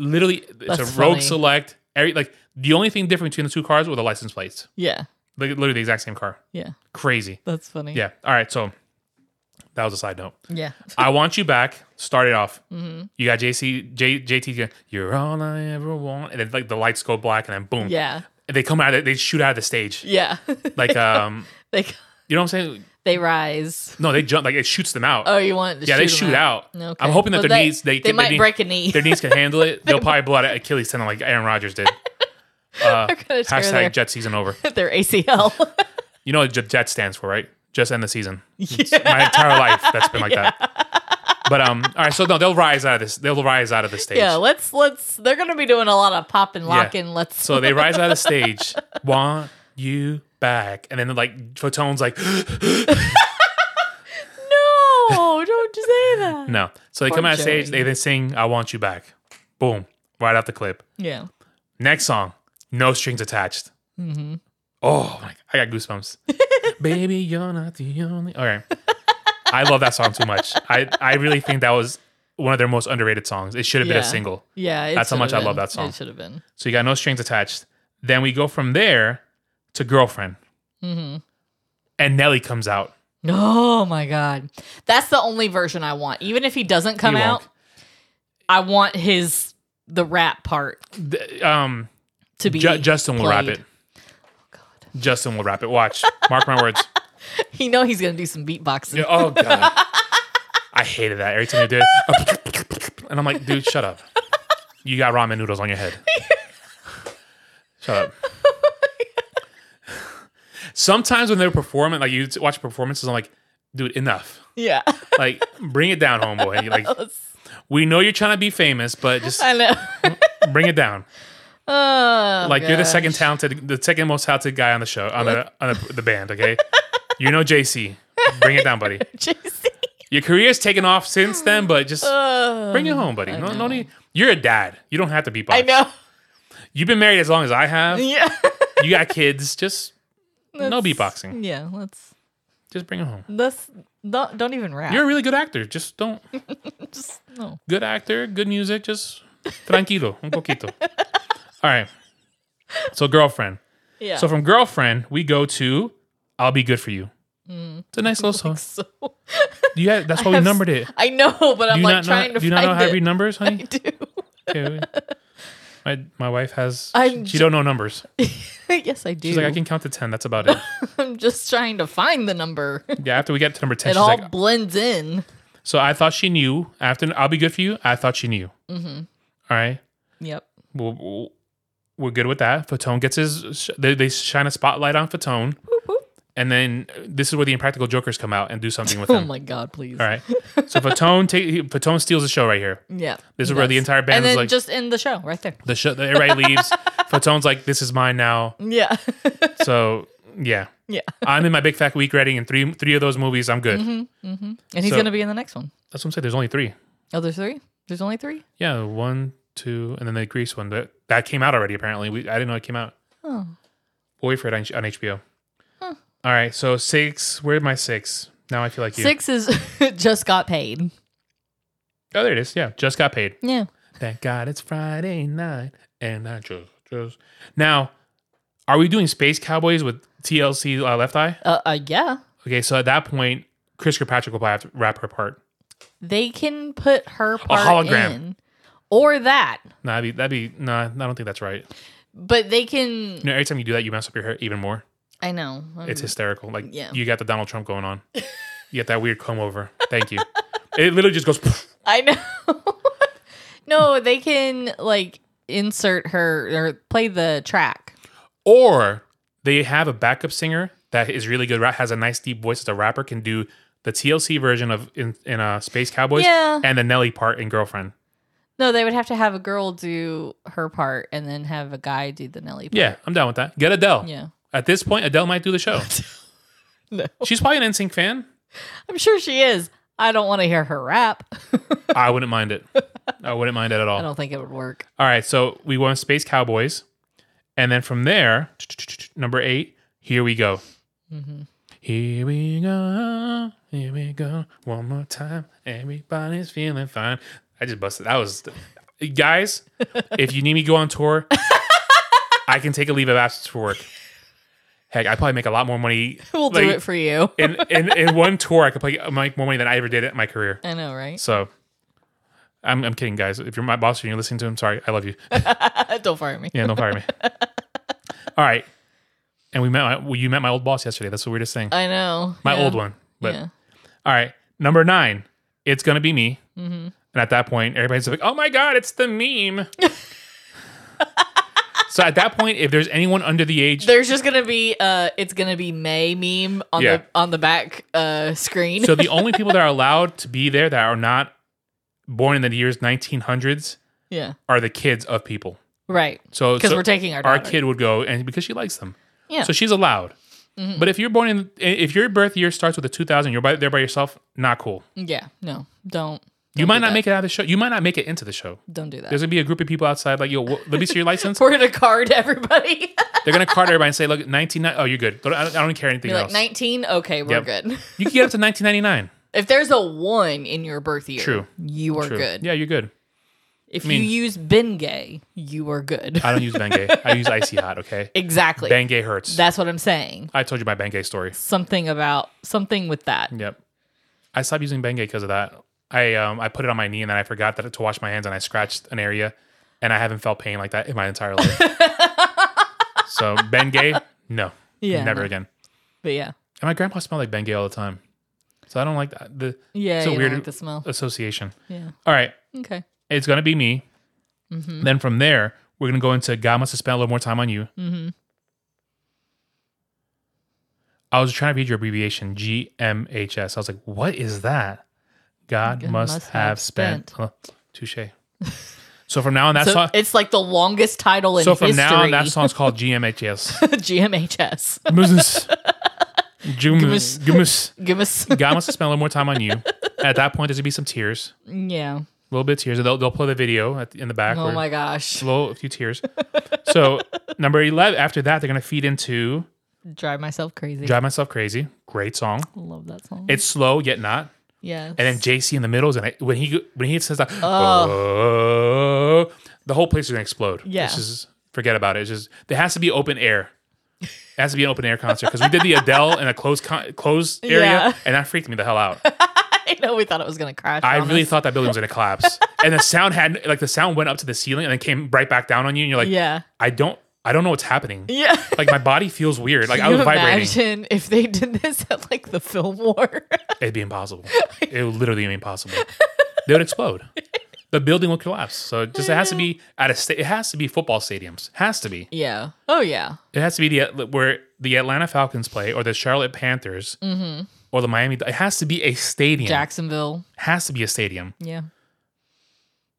Speaker 1: Literally, it's
Speaker 2: That's
Speaker 1: a rogue
Speaker 2: funny.
Speaker 1: select. Every like the only thing different between the two cars were the license plates.
Speaker 2: yeah.
Speaker 1: Like literally the exact same car.
Speaker 2: Yeah.
Speaker 1: Crazy.
Speaker 2: That's funny.
Speaker 1: Yeah. All right. So that was a side note.
Speaker 2: Yeah.
Speaker 1: I want you back. Started off.
Speaker 2: Mm-hmm.
Speaker 1: You got JC, J, JT. going, You're all I ever want. And then like the lights go black, and then boom.
Speaker 2: Yeah.
Speaker 1: And they come out. of- They shoot out of the stage.
Speaker 2: <laughs> Yeah. <laughs>
Speaker 1: Like um,
Speaker 2: they,
Speaker 1: you know what I'm saying?
Speaker 2: they rise.
Speaker 1: No, they jump. Like it shoots them out.
Speaker 2: Oh, you want to
Speaker 1: yeah,
Speaker 2: shoot
Speaker 1: they
Speaker 2: 'em
Speaker 1: shoot out.
Speaker 2: Okay.
Speaker 1: I'm hoping that
Speaker 2: Well,
Speaker 1: their
Speaker 2: they-
Speaker 1: knees they
Speaker 2: they
Speaker 1: can-
Speaker 2: might
Speaker 1: knee-
Speaker 2: break a knee. <laughs>
Speaker 1: Their knees can handle it. They'll probably blow out an Achilles tendon like Aaron Rodgers did. Uh,
Speaker 2: gonna tear
Speaker 1: hashtag
Speaker 2: their-
Speaker 1: Jet season over.
Speaker 2: <laughs> their
Speaker 1: <laughs>
Speaker 2: ACL.
Speaker 1: You know what J- Jet stands for, right? Just end the season.
Speaker 2: <laughs>
Speaker 1: It's my entire life that's been like that. But um, all right. So no, they'll rise out of this. They'll rise out of the stage.
Speaker 2: yeah, let's let's. They're gonna be doing a lot of pop and lock
Speaker 1: Yeah.
Speaker 2: and let's.
Speaker 1: So they rise out of the stage. Want you back? And then like Photone's like <gasps>
Speaker 2: <laughs> no, don't you
Speaker 1: <laughs>
Speaker 2: say that.
Speaker 1: no. So they
Speaker 2: Poor
Speaker 1: come out of stage.
Speaker 2: Joey.
Speaker 1: They then sing "I Want You Back." Boom! Right off the clip.
Speaker 2: Yeah,
Speaker 1: Next song, no strings attached.
Speaker 2: Mm-hmm.
Speaker 1: Oh my! I got goosebumps.
Speaker 2: <laughs>
Speaker 1: Baby, you're not the only. All right, I love that song too much. I I really think that was one of their most underrated songs. It should have
Speaker 2: Yeah.
Speaker 1: been a single.
Speaker 2: yeah. it
Speaker 1: That's how much
Speaker 2: should've
Speaker 1: I
Speaker 2: been.
Speaker 1: love that song.
Speaker 2: It should have been.
Speaker 1: So you got no strings attached. Then we go from there to girlfriend,
Speaker 2: Mm-hmm.
Speaker 1: and Nelly comes out.
Speaker 2: Oh my god, that's the only version I want. Even if he doesn't come
Speaker 1: He
Speaker 2: out,
Speaker 1: won't.
Speaker 2: I want his the rap part
Speaker 1: Th- Um,
Speaker 2: to be
Speaker 1: Ju- Justin will rap
Speaker 2: played. Oh,
Speaker 1: it.
Speaker 2: God.
Speaker 1: Justin will rap it. Watch. Mark my words.
Speaker 2: You know he's gonna do some beatboxing.
Speaker 1: Yeah, oh god. I hated that every time you did. it, <laughs> And I'm like, dude, shut up. You got ramen noodles on your head. Shut up. Sometimes when they're performing, like you watch performances, I'm like, dude, enough.
Speaker 2: Yeah, <laughs>
Speaker 1: Like, bring it down, homeboy. You're Like, we know you're trying to be famous, but just
Speaker 2: I know.
Speaker 1: <laughs> bring it down.
Speaker 2: oh,
Speaker 1: Like you're the
Speaker 2: gosh.
Speaker 1: second talented, the second most talented guy on the show on the on the, the band. Okay, you know JC, bring it down, buddy.
Speaker 2: JC.
Speaker 1: Your career's taken off since then, but just
Speaker 2: Oh,
Speaker 1: bring it home, buddy. No, no need. You're a dad. You don't have to be.
Speaker 2: I know. <laughs>
Speaker 1: You've been married as long as I have.
Speaker 2: Yeah.
Speaker 1: You got kids. Just no beatboxing.
Speaker 2: Yeah. Let's
Speaker 1: Just bring it home.
Speaker 2: let's don't don't even rap.
Speaker 1: You're a really good actor. Just don't.
Speaker 2: <laughs> just no.
Speaker 1: Good actor. Good music. Just tranquilo, un poquito. All right. So girlfriend.
Speaker 2: Yeah.
Speaker 1: So from girlfriend, we go to "I'll Be Good for You." It's a nice little song.
Speaker 2: <laughs> So-
Speaker 1: You had, that's why we
Speaker 2: have s-
Speaker 1: numbered it.
Speaker 2: Mm. I know, but I'm
Speaker 1: Do you
Speaker 2: like
Speaker 1: not know?
Speaker 2: trying to
Speaker 1: Do you not
Speaker 2: find
Speaker 1: know how to read
Speaker 2: it.
Speaker 1: numbers,
Speaker 2: <laughs> I
Speaker 1: honey?
Speaker 2: do. <laughs>
Speaker 1: Okay, we- my my wife has.
Speaker 2: I'm
Speaker 1: she
Speaker 2: j-
Speaker 1: don't know numbers.
Speaker 2: yes, I do.
Speaker 1: She's like, I can count to ten. That's about it.
Speaker 2: <laughs> I'm just trying to find
Speaker 1: <laughs>
Speaker 2: the number. It
Speaker 1: Yeah. After we get to number ten, she's
Speaker 2: all
Speaker 1: like,
Speaker 2: blends in.
Speaker 1: so I thought she knew. After I'll be good for you. I thought she knew.
Speaker 2: Mm-hmm.
Speaker 1: All right.
Speaker 2: Yep.
Speaker 1: We'll, we'll- we're good with that. Fatone gets his. sh- They, they shine a spotlight on Fatone, and then uh, this is where the Impractical Jokers come out and do something
Speaker 2: <laughs>
Speaker 1: with
Speaker 2: Oh
Speaker 1: him.
Speaker 2: my God! Please.
Speaker 1: All right. So Fatone ta- he- Fatone steals the show right here.
Speaker 2: Yeah.
Speaker 1: This is
Speaker 2: he
Speaker 1: where the
Speaker 2: does.
Speaker 1: entire band
Speaker 2: and
Speaker 1: is
Speaker 2: then
Speaker 1: like-
Speaker 2: just in the show right there. <laughs>
Speaker 1: The show. Everybody leaves. Fatone's like, this is mine now.
Speaker 2: Yeah. <laughs>
Speaker 1: So yeah,
Speaker 2: yeah.
Speaker 1: I'm in my big fat week rating, and three three of those movies, I'm good.
Speaker 2: Mm-hmm. And he's
Speaker 1: So-
Speaker 2: gonna be in the next one.
Speaker 1: That's what I'm saying. There's only three.
Speaker 2: Oh, there's three. There's only three.
Speaker 1: Yeah, one, two, and then the Grease one that that came out already. Apparently, we I didn't know it came out.
Speaker 2: Oh.
Speaker 1: Boyfriend on, on HBO. All right, so six. Where's my six? Now I feel like you.
Speaker 2: Six is <laughs> just got paid.
Speaker 1: Oh, there it is. Yeah, just got paid.
Speaker 2: Yeah.
Speaker 1: Thank God it's Friday night, and I just just now. Are we doing Space Cowboys with TLC uh, Left Eye?
Speaker 2: Uh, uh yeah.
Speaker 1: Okay, so at that point, Chris Kirkpatrick will have to rap her part.
Speaker 2: They can put her part
Speaker 1: hologram.
Speaker 2: in. Or that.
Speaker 1: Nah, that'd be, that'd be nah. I don't think that's right.
Speaker 2: But they can
Speaker 1: You know, every time you do that, you mess up your hair even more.
Speaker 2: I know. Um,
Speaker 1: It's hysterical. Like
Speaker 2: Yeah.
Speaker 1: you got the Donald Trump going on. you got that weird comb over. Thank you. <laughs> it literally just goes.
Speaker 2: I know. <laughs> no, they can like insert her or play the track.
Speaker 1: Or they have a backup singer that is really good. rap- Has a nice deep voice. As a rapper, can do the TLC version of in in uh, Space Cowboys.
Speaker 2: Yeah.
Speaker 1: And the Nelly part in Girlfriend.
Speaker 2: No, they would have to have a girl do her part and then have a guy do the Nelly part.
Speaker 1: Yeah, I'm down with that. Get Adele.
Speaker 2: Yeah.
Speaker 1: At this point, Adele might do the show.
Speaker 2: <laughs> No.
Speaker 1: She's probably an NSYNC fan.
Speaker 2: I'm sure she is. I don't want to hear her rap.
Speaker 1: I wouldn't mind
Speaker 2: <laughs>
Speaker 1: it. I wouldn't mind it at all.
Speaker 2: I don't think it would work.
Speaker 1: All right, so we won Space Cowboys, and then from there, number eight. Here we go.
Speaker 2: Mm-hmm.
Speaker 1: Here we go. Here we go. One more time. Everybody's feeling fine. I just busted. That was, guys. if you need me to go on
Speaker 2: <laughs>
Speaker 1: tour, I can take a leave of absence for work. Heck, I probably make a lot more money.
Speaker 2: <laughs> We'll
Speaker 1: like,
Speaker 2: do it for you. <laughs>
Speaker 1: in, in in one tour. I could play, make more money than I ever did in my career.
Speaker 2: I know, right?
Speaker 1: So I'm, I'm kidding, guys. If you're my boss and you're listening to him, sorry. I love you.
Speaker 2: don't fire me.
Speaker 1: Yeah, don't
Speaker 2: <laughs>
Speaker 1: fire me. All right. And we met my, well, you met my old boss yesterday. That's the weirdest thing.
Speaker 2: I know.
Speaker 1: My
Speaker 2: Uh, Yeah.
Speaker 1: old one. But
Speaker 2: yeah.
Speaker 1: all right. Number nine, it's going to be me.
Speaker 2: Mm-hmm.
Speaker 1: And at that point, everybody's like, oh my God, it's the
Speaker 2: <laughs>
Speaker 1: meme. so at that point, if there's anyone under the age,
Speaker 2: There's just gonna be uh it's gonna be May meme on
Speaker 1: Yeah.
Speaker 2: the on the back uh screen.
Speaker 1: so the only people that are allowed to be there that are not born in the years 1900s
Speaker 2: yeah.
Speaker 1: are the kids of people.
Speaker 2: Right.
Speaker 1: So
Speaker 2: Because
Speaker 1: so-
Speaker 2: we're taking our
Speaker 1: our
Speaker 2: daughter.
Speaker 1: kid would go and because she likes them.
Speaker 2: Yeah. Mm-hmm.
Speaker 1: So she's allowed. But if you're born in if your birth year starts with a 2000, you're by, there by yourself, not cool.
Speaker 2: Yeah. No. Don't.
Speaker 1: You might not make it out of the show. You might not make it into the show.
Speaker 2: Don't do that.
Speaker 1: There's gonna be a group of people outside like, yo, wh- let me see your license.
Speaker 2: <laughs> We're gonna card everybody. <laughs>
Speaker 1: They're gonna card everybody and say, look, 19. Oh, you're good. I don't, I don't care anything
Speaker 2: Be like
Speaker 1: else.
Speaker 2: 19. Okay, we're
Speaker 1: Yep.
Speaker 2: good. <laughs>
Speaker 1: you can get up to 1999.
Speaker 2: If there's a one in your birth year,
Speaker 1: True.
Speaker 2: you are
Speaker 1: True.
Speaker 2: good.
Speaker 1: Yeah, you're good.
Speaker 2: If
Speaker 1: mean-
Speaker 2: you use Bengay, you are good.
Speaker 1: I don't use Bengay. I use Icy Hot. Okay.
Speaker 2: <laughs> exactly.
Speaker 1: Bengay hurts.
Speaker 2: That's what I'm saying.
Speaker 1: I told you my Bengay story.
Speaker 2: Something about something with that.
Speaker 1: Yep. I stopped using Bengay because of that. I um I put it on my knee and then I forgot that to wash my hands and I scratched an area
Speaker 2: <laughs>
Speaker 1: and I haven't felt pain like that in my entire life. so Bengay, no.
Speaker 2: Yeah.
Speaker 1: Never
Speaker 2: no.
Speaker 1: again.
Speaker 2: But yeah.
Speaker 1: And my grandpa smelled like Bengay all the time. So I don't like that, the
Speaker 2: Yeah.
Speaker 1: It's
Speaker 2: you
Speaker 1: a
Speaker 2: don't
Speaker 1: weird- Uh,
Speaker 2: like the smell.
Speaker 1: association.
Speaker 2: Yeah.
Speaker 1: All right.
Speaker 2: Okay.
Speaker 1: It's going to be me.
Speaker 2: Mm-hmm.
Speaker 1: Then from there, we're going to go into God must have spent a little more time on you.
Speaker 2: Mhm.
Speaker 1: I was trying to read your abbreviation, GMHS. I was like, what is that? God,
Speaker 2: God
Speaker 1: must, have, spent. Huh. Touche. <laughs> so from now on, that
Speaker 2: so
Speaker 1: song.
Speaker 2: it's like the longest title in
Speaker 1: So from
Speaker 2: history.
Speaker 1: now on, that song's called
Speaker 2: <laughs>
Speaker 1: GMHS.
Speaker 2: GMHS.
Speaker 1: Gmus. Gmus.
Speaker 2: Gmus.
Speaker 1: Gmus.
Speaker 2: <laughs> Give us.
Speaker 1: God wants to spend a little more time on you. At that point, there's gonna be some tears,
Speaker 2: yeah.
Speaker 1: a little bit of tears. They'll, they'll play the video at the, in the back.
Speaker 2: Oh
Speaker 1: where-
Speaker 2: my gosh.
Speaker 1: a little, a few tears.
Speaker 2: <laughs>
Speaker 1: so number eleven. After that, they're gonna feed into
Speaker 2: Drive myself crazy.
Speaker 1: "Drive Myself Crazy." Great song.
Speaker 2: Love that song.
Speaker 1: It's slow yet not.
Speaker 2: yes.
Speaker 1: And then JC in the middle is gonna when he when he says that, oh, the whole place is gonna explode.
Speaker 2: Yeah.
Speaker 1: This is forget about it. It's just there has to be open air. It has to be an open air concert because we did the Adele in a closed con- closed area,
Speaker 2: Yeah.
Speaker 1: and that freaked me the hell out.
Speaker 2: <laughs> I know we thought it was gonna crash.
Speaker 1: I
Speaker 2: on
Speaker 1: really
Speaker 2: us.
Speaker 1: thought that building was gonna collapse, and the sound had like the sound went up to the ceiling and then came right back down on you, and you're like,
Speaker 2: Yeah.
Speaker 1: I don't, I don't know what's happening.
Speaker 2: Yeah.
Speaker 1: Like my body feels weird. Like <laughs>
Speaker 2: Can
Speaker 1: I was
Speaker 2: you
Speaker 1: vibrating.
Speaker 2: imagine if they did this <laughs> at like the film war? <laughs>
Speaker 1: It'd be impossible. it would literally be impossible. They would explode. The building will collapse. So it just it has to be at a sta- it has to be football stadiums. Has to be.
Speaker 2: yeah. Oh yeah.
Speaker 1: It has to be the Atl- where the Atlanta Falcons play or the Charlotte Panthers
Speaker 2: Mm-hmm.
Speaker 1: or the Miami. It has to be a stadium.
Speaker 2: Jacksonville.
Speaker 1: Has to be a stadium.
Speaker 2: Yeah.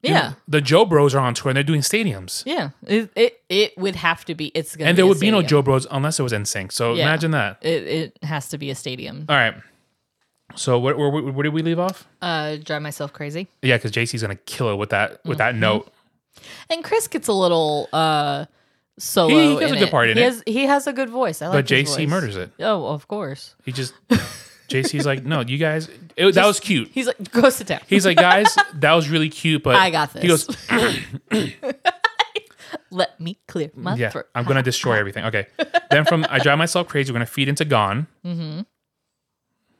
Speaker 2: Yeah.
Speaker 1: The Joe Bros are on tour and they're doing stadiums.
Speaker 2: Yeah. It it, it would have to be it's gonna
Speaker 1: And
Speaker 2: be
Speaker 1: there
Speaker 2: a
Speaker 1: would be no
Speaker 2: stadium.
Speaker 1: Joe Bros unless it was NSYNC. So
Speaker 2: Yeah.
Speaker 1: imagine that.
Speaker 2: It it has to be a stadium.
Speaker 1: All right. So where, where, where did we leave off?
Speaker 2: Uh drive myself crazy.
Speaker 1: Yeah, because JC's gonna kill it with that
Speaker 2: Mm-hmm.
Speaker 1: with that note.
Speaker 2: And Chris gets a little uh solo.
Speaker 1: He- he has
Speaker 2: in
Speaker 1: a good
Speaker 2: it.
Speaker 1: part in
Speaker 2: he
Speaker 1: it.
Speaker 2: Has, he has a good voice. I like
Speaker 1: But
Speaker 2: his
Speaker 1: JC
Speaker 2: voice.
Speaker 1: murders it.
Speaker 2: Oh, of course.
Speaker 1: He just JC's like, no, you guys, it, that was cute.
Speaker 2: He's like, go sit down.
Speaker 1: He's like, guys, that was really cute, but
Speaker 2: I got this.
Speaker 1: He goes,
Speaker 2: Let me clear my
Speaker 1: yeah,
Speaker 2: throat.
Speaker 1: I'm gonna destroy everything. Okay, then from I drive myself crazy, we're gonna feed into Gone,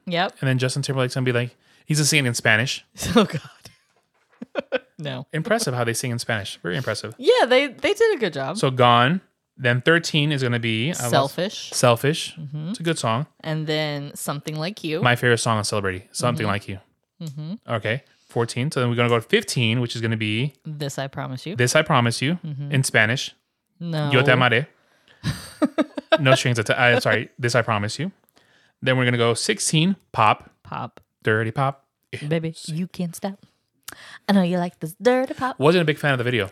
Speaker 2: Yep. <laughs>
Speaker 1: and then Justin Timberlake's gonna be like, he's gonna sing it in Spanish.
Speaker 2: Oh God. <laughs> no.
Speaker 1: Impressive how they sing in Spanish, very impressive.
Speaker 2: Yeah, they they did a good job.
Speaker 1: So Gone, then 13 is gonna be I lost-
Speaker 2: Selfish, Mm-hmm.
Speaker 1: Selfish. It's a good song.
Speaker 2: and then something like you.
Speaker 1: My favorite song on Celebrity, something
Speaker 2: Mm-hmm.
Speaker 1: like you. Okay, 14. So then we're gonna go to 15, which is gonna be
Speaker 2: this I promise you.
Speaker 1: This I Promise You
Speaker 2: Mm-hmm.
Speaker 1: in Spanish.
Speaker 2: no.
Speaker 1: Yo te amaré. no strings attached. I'm sorry. This I promise you. Then we're gonna go 16 pop,
Speaker 2: pop,
Speaker 1: dirty pop.
Speaker 2: baby. You can't stop. I know you like this dirty pop.
Speaker 1: Wasn't a big fan of the video.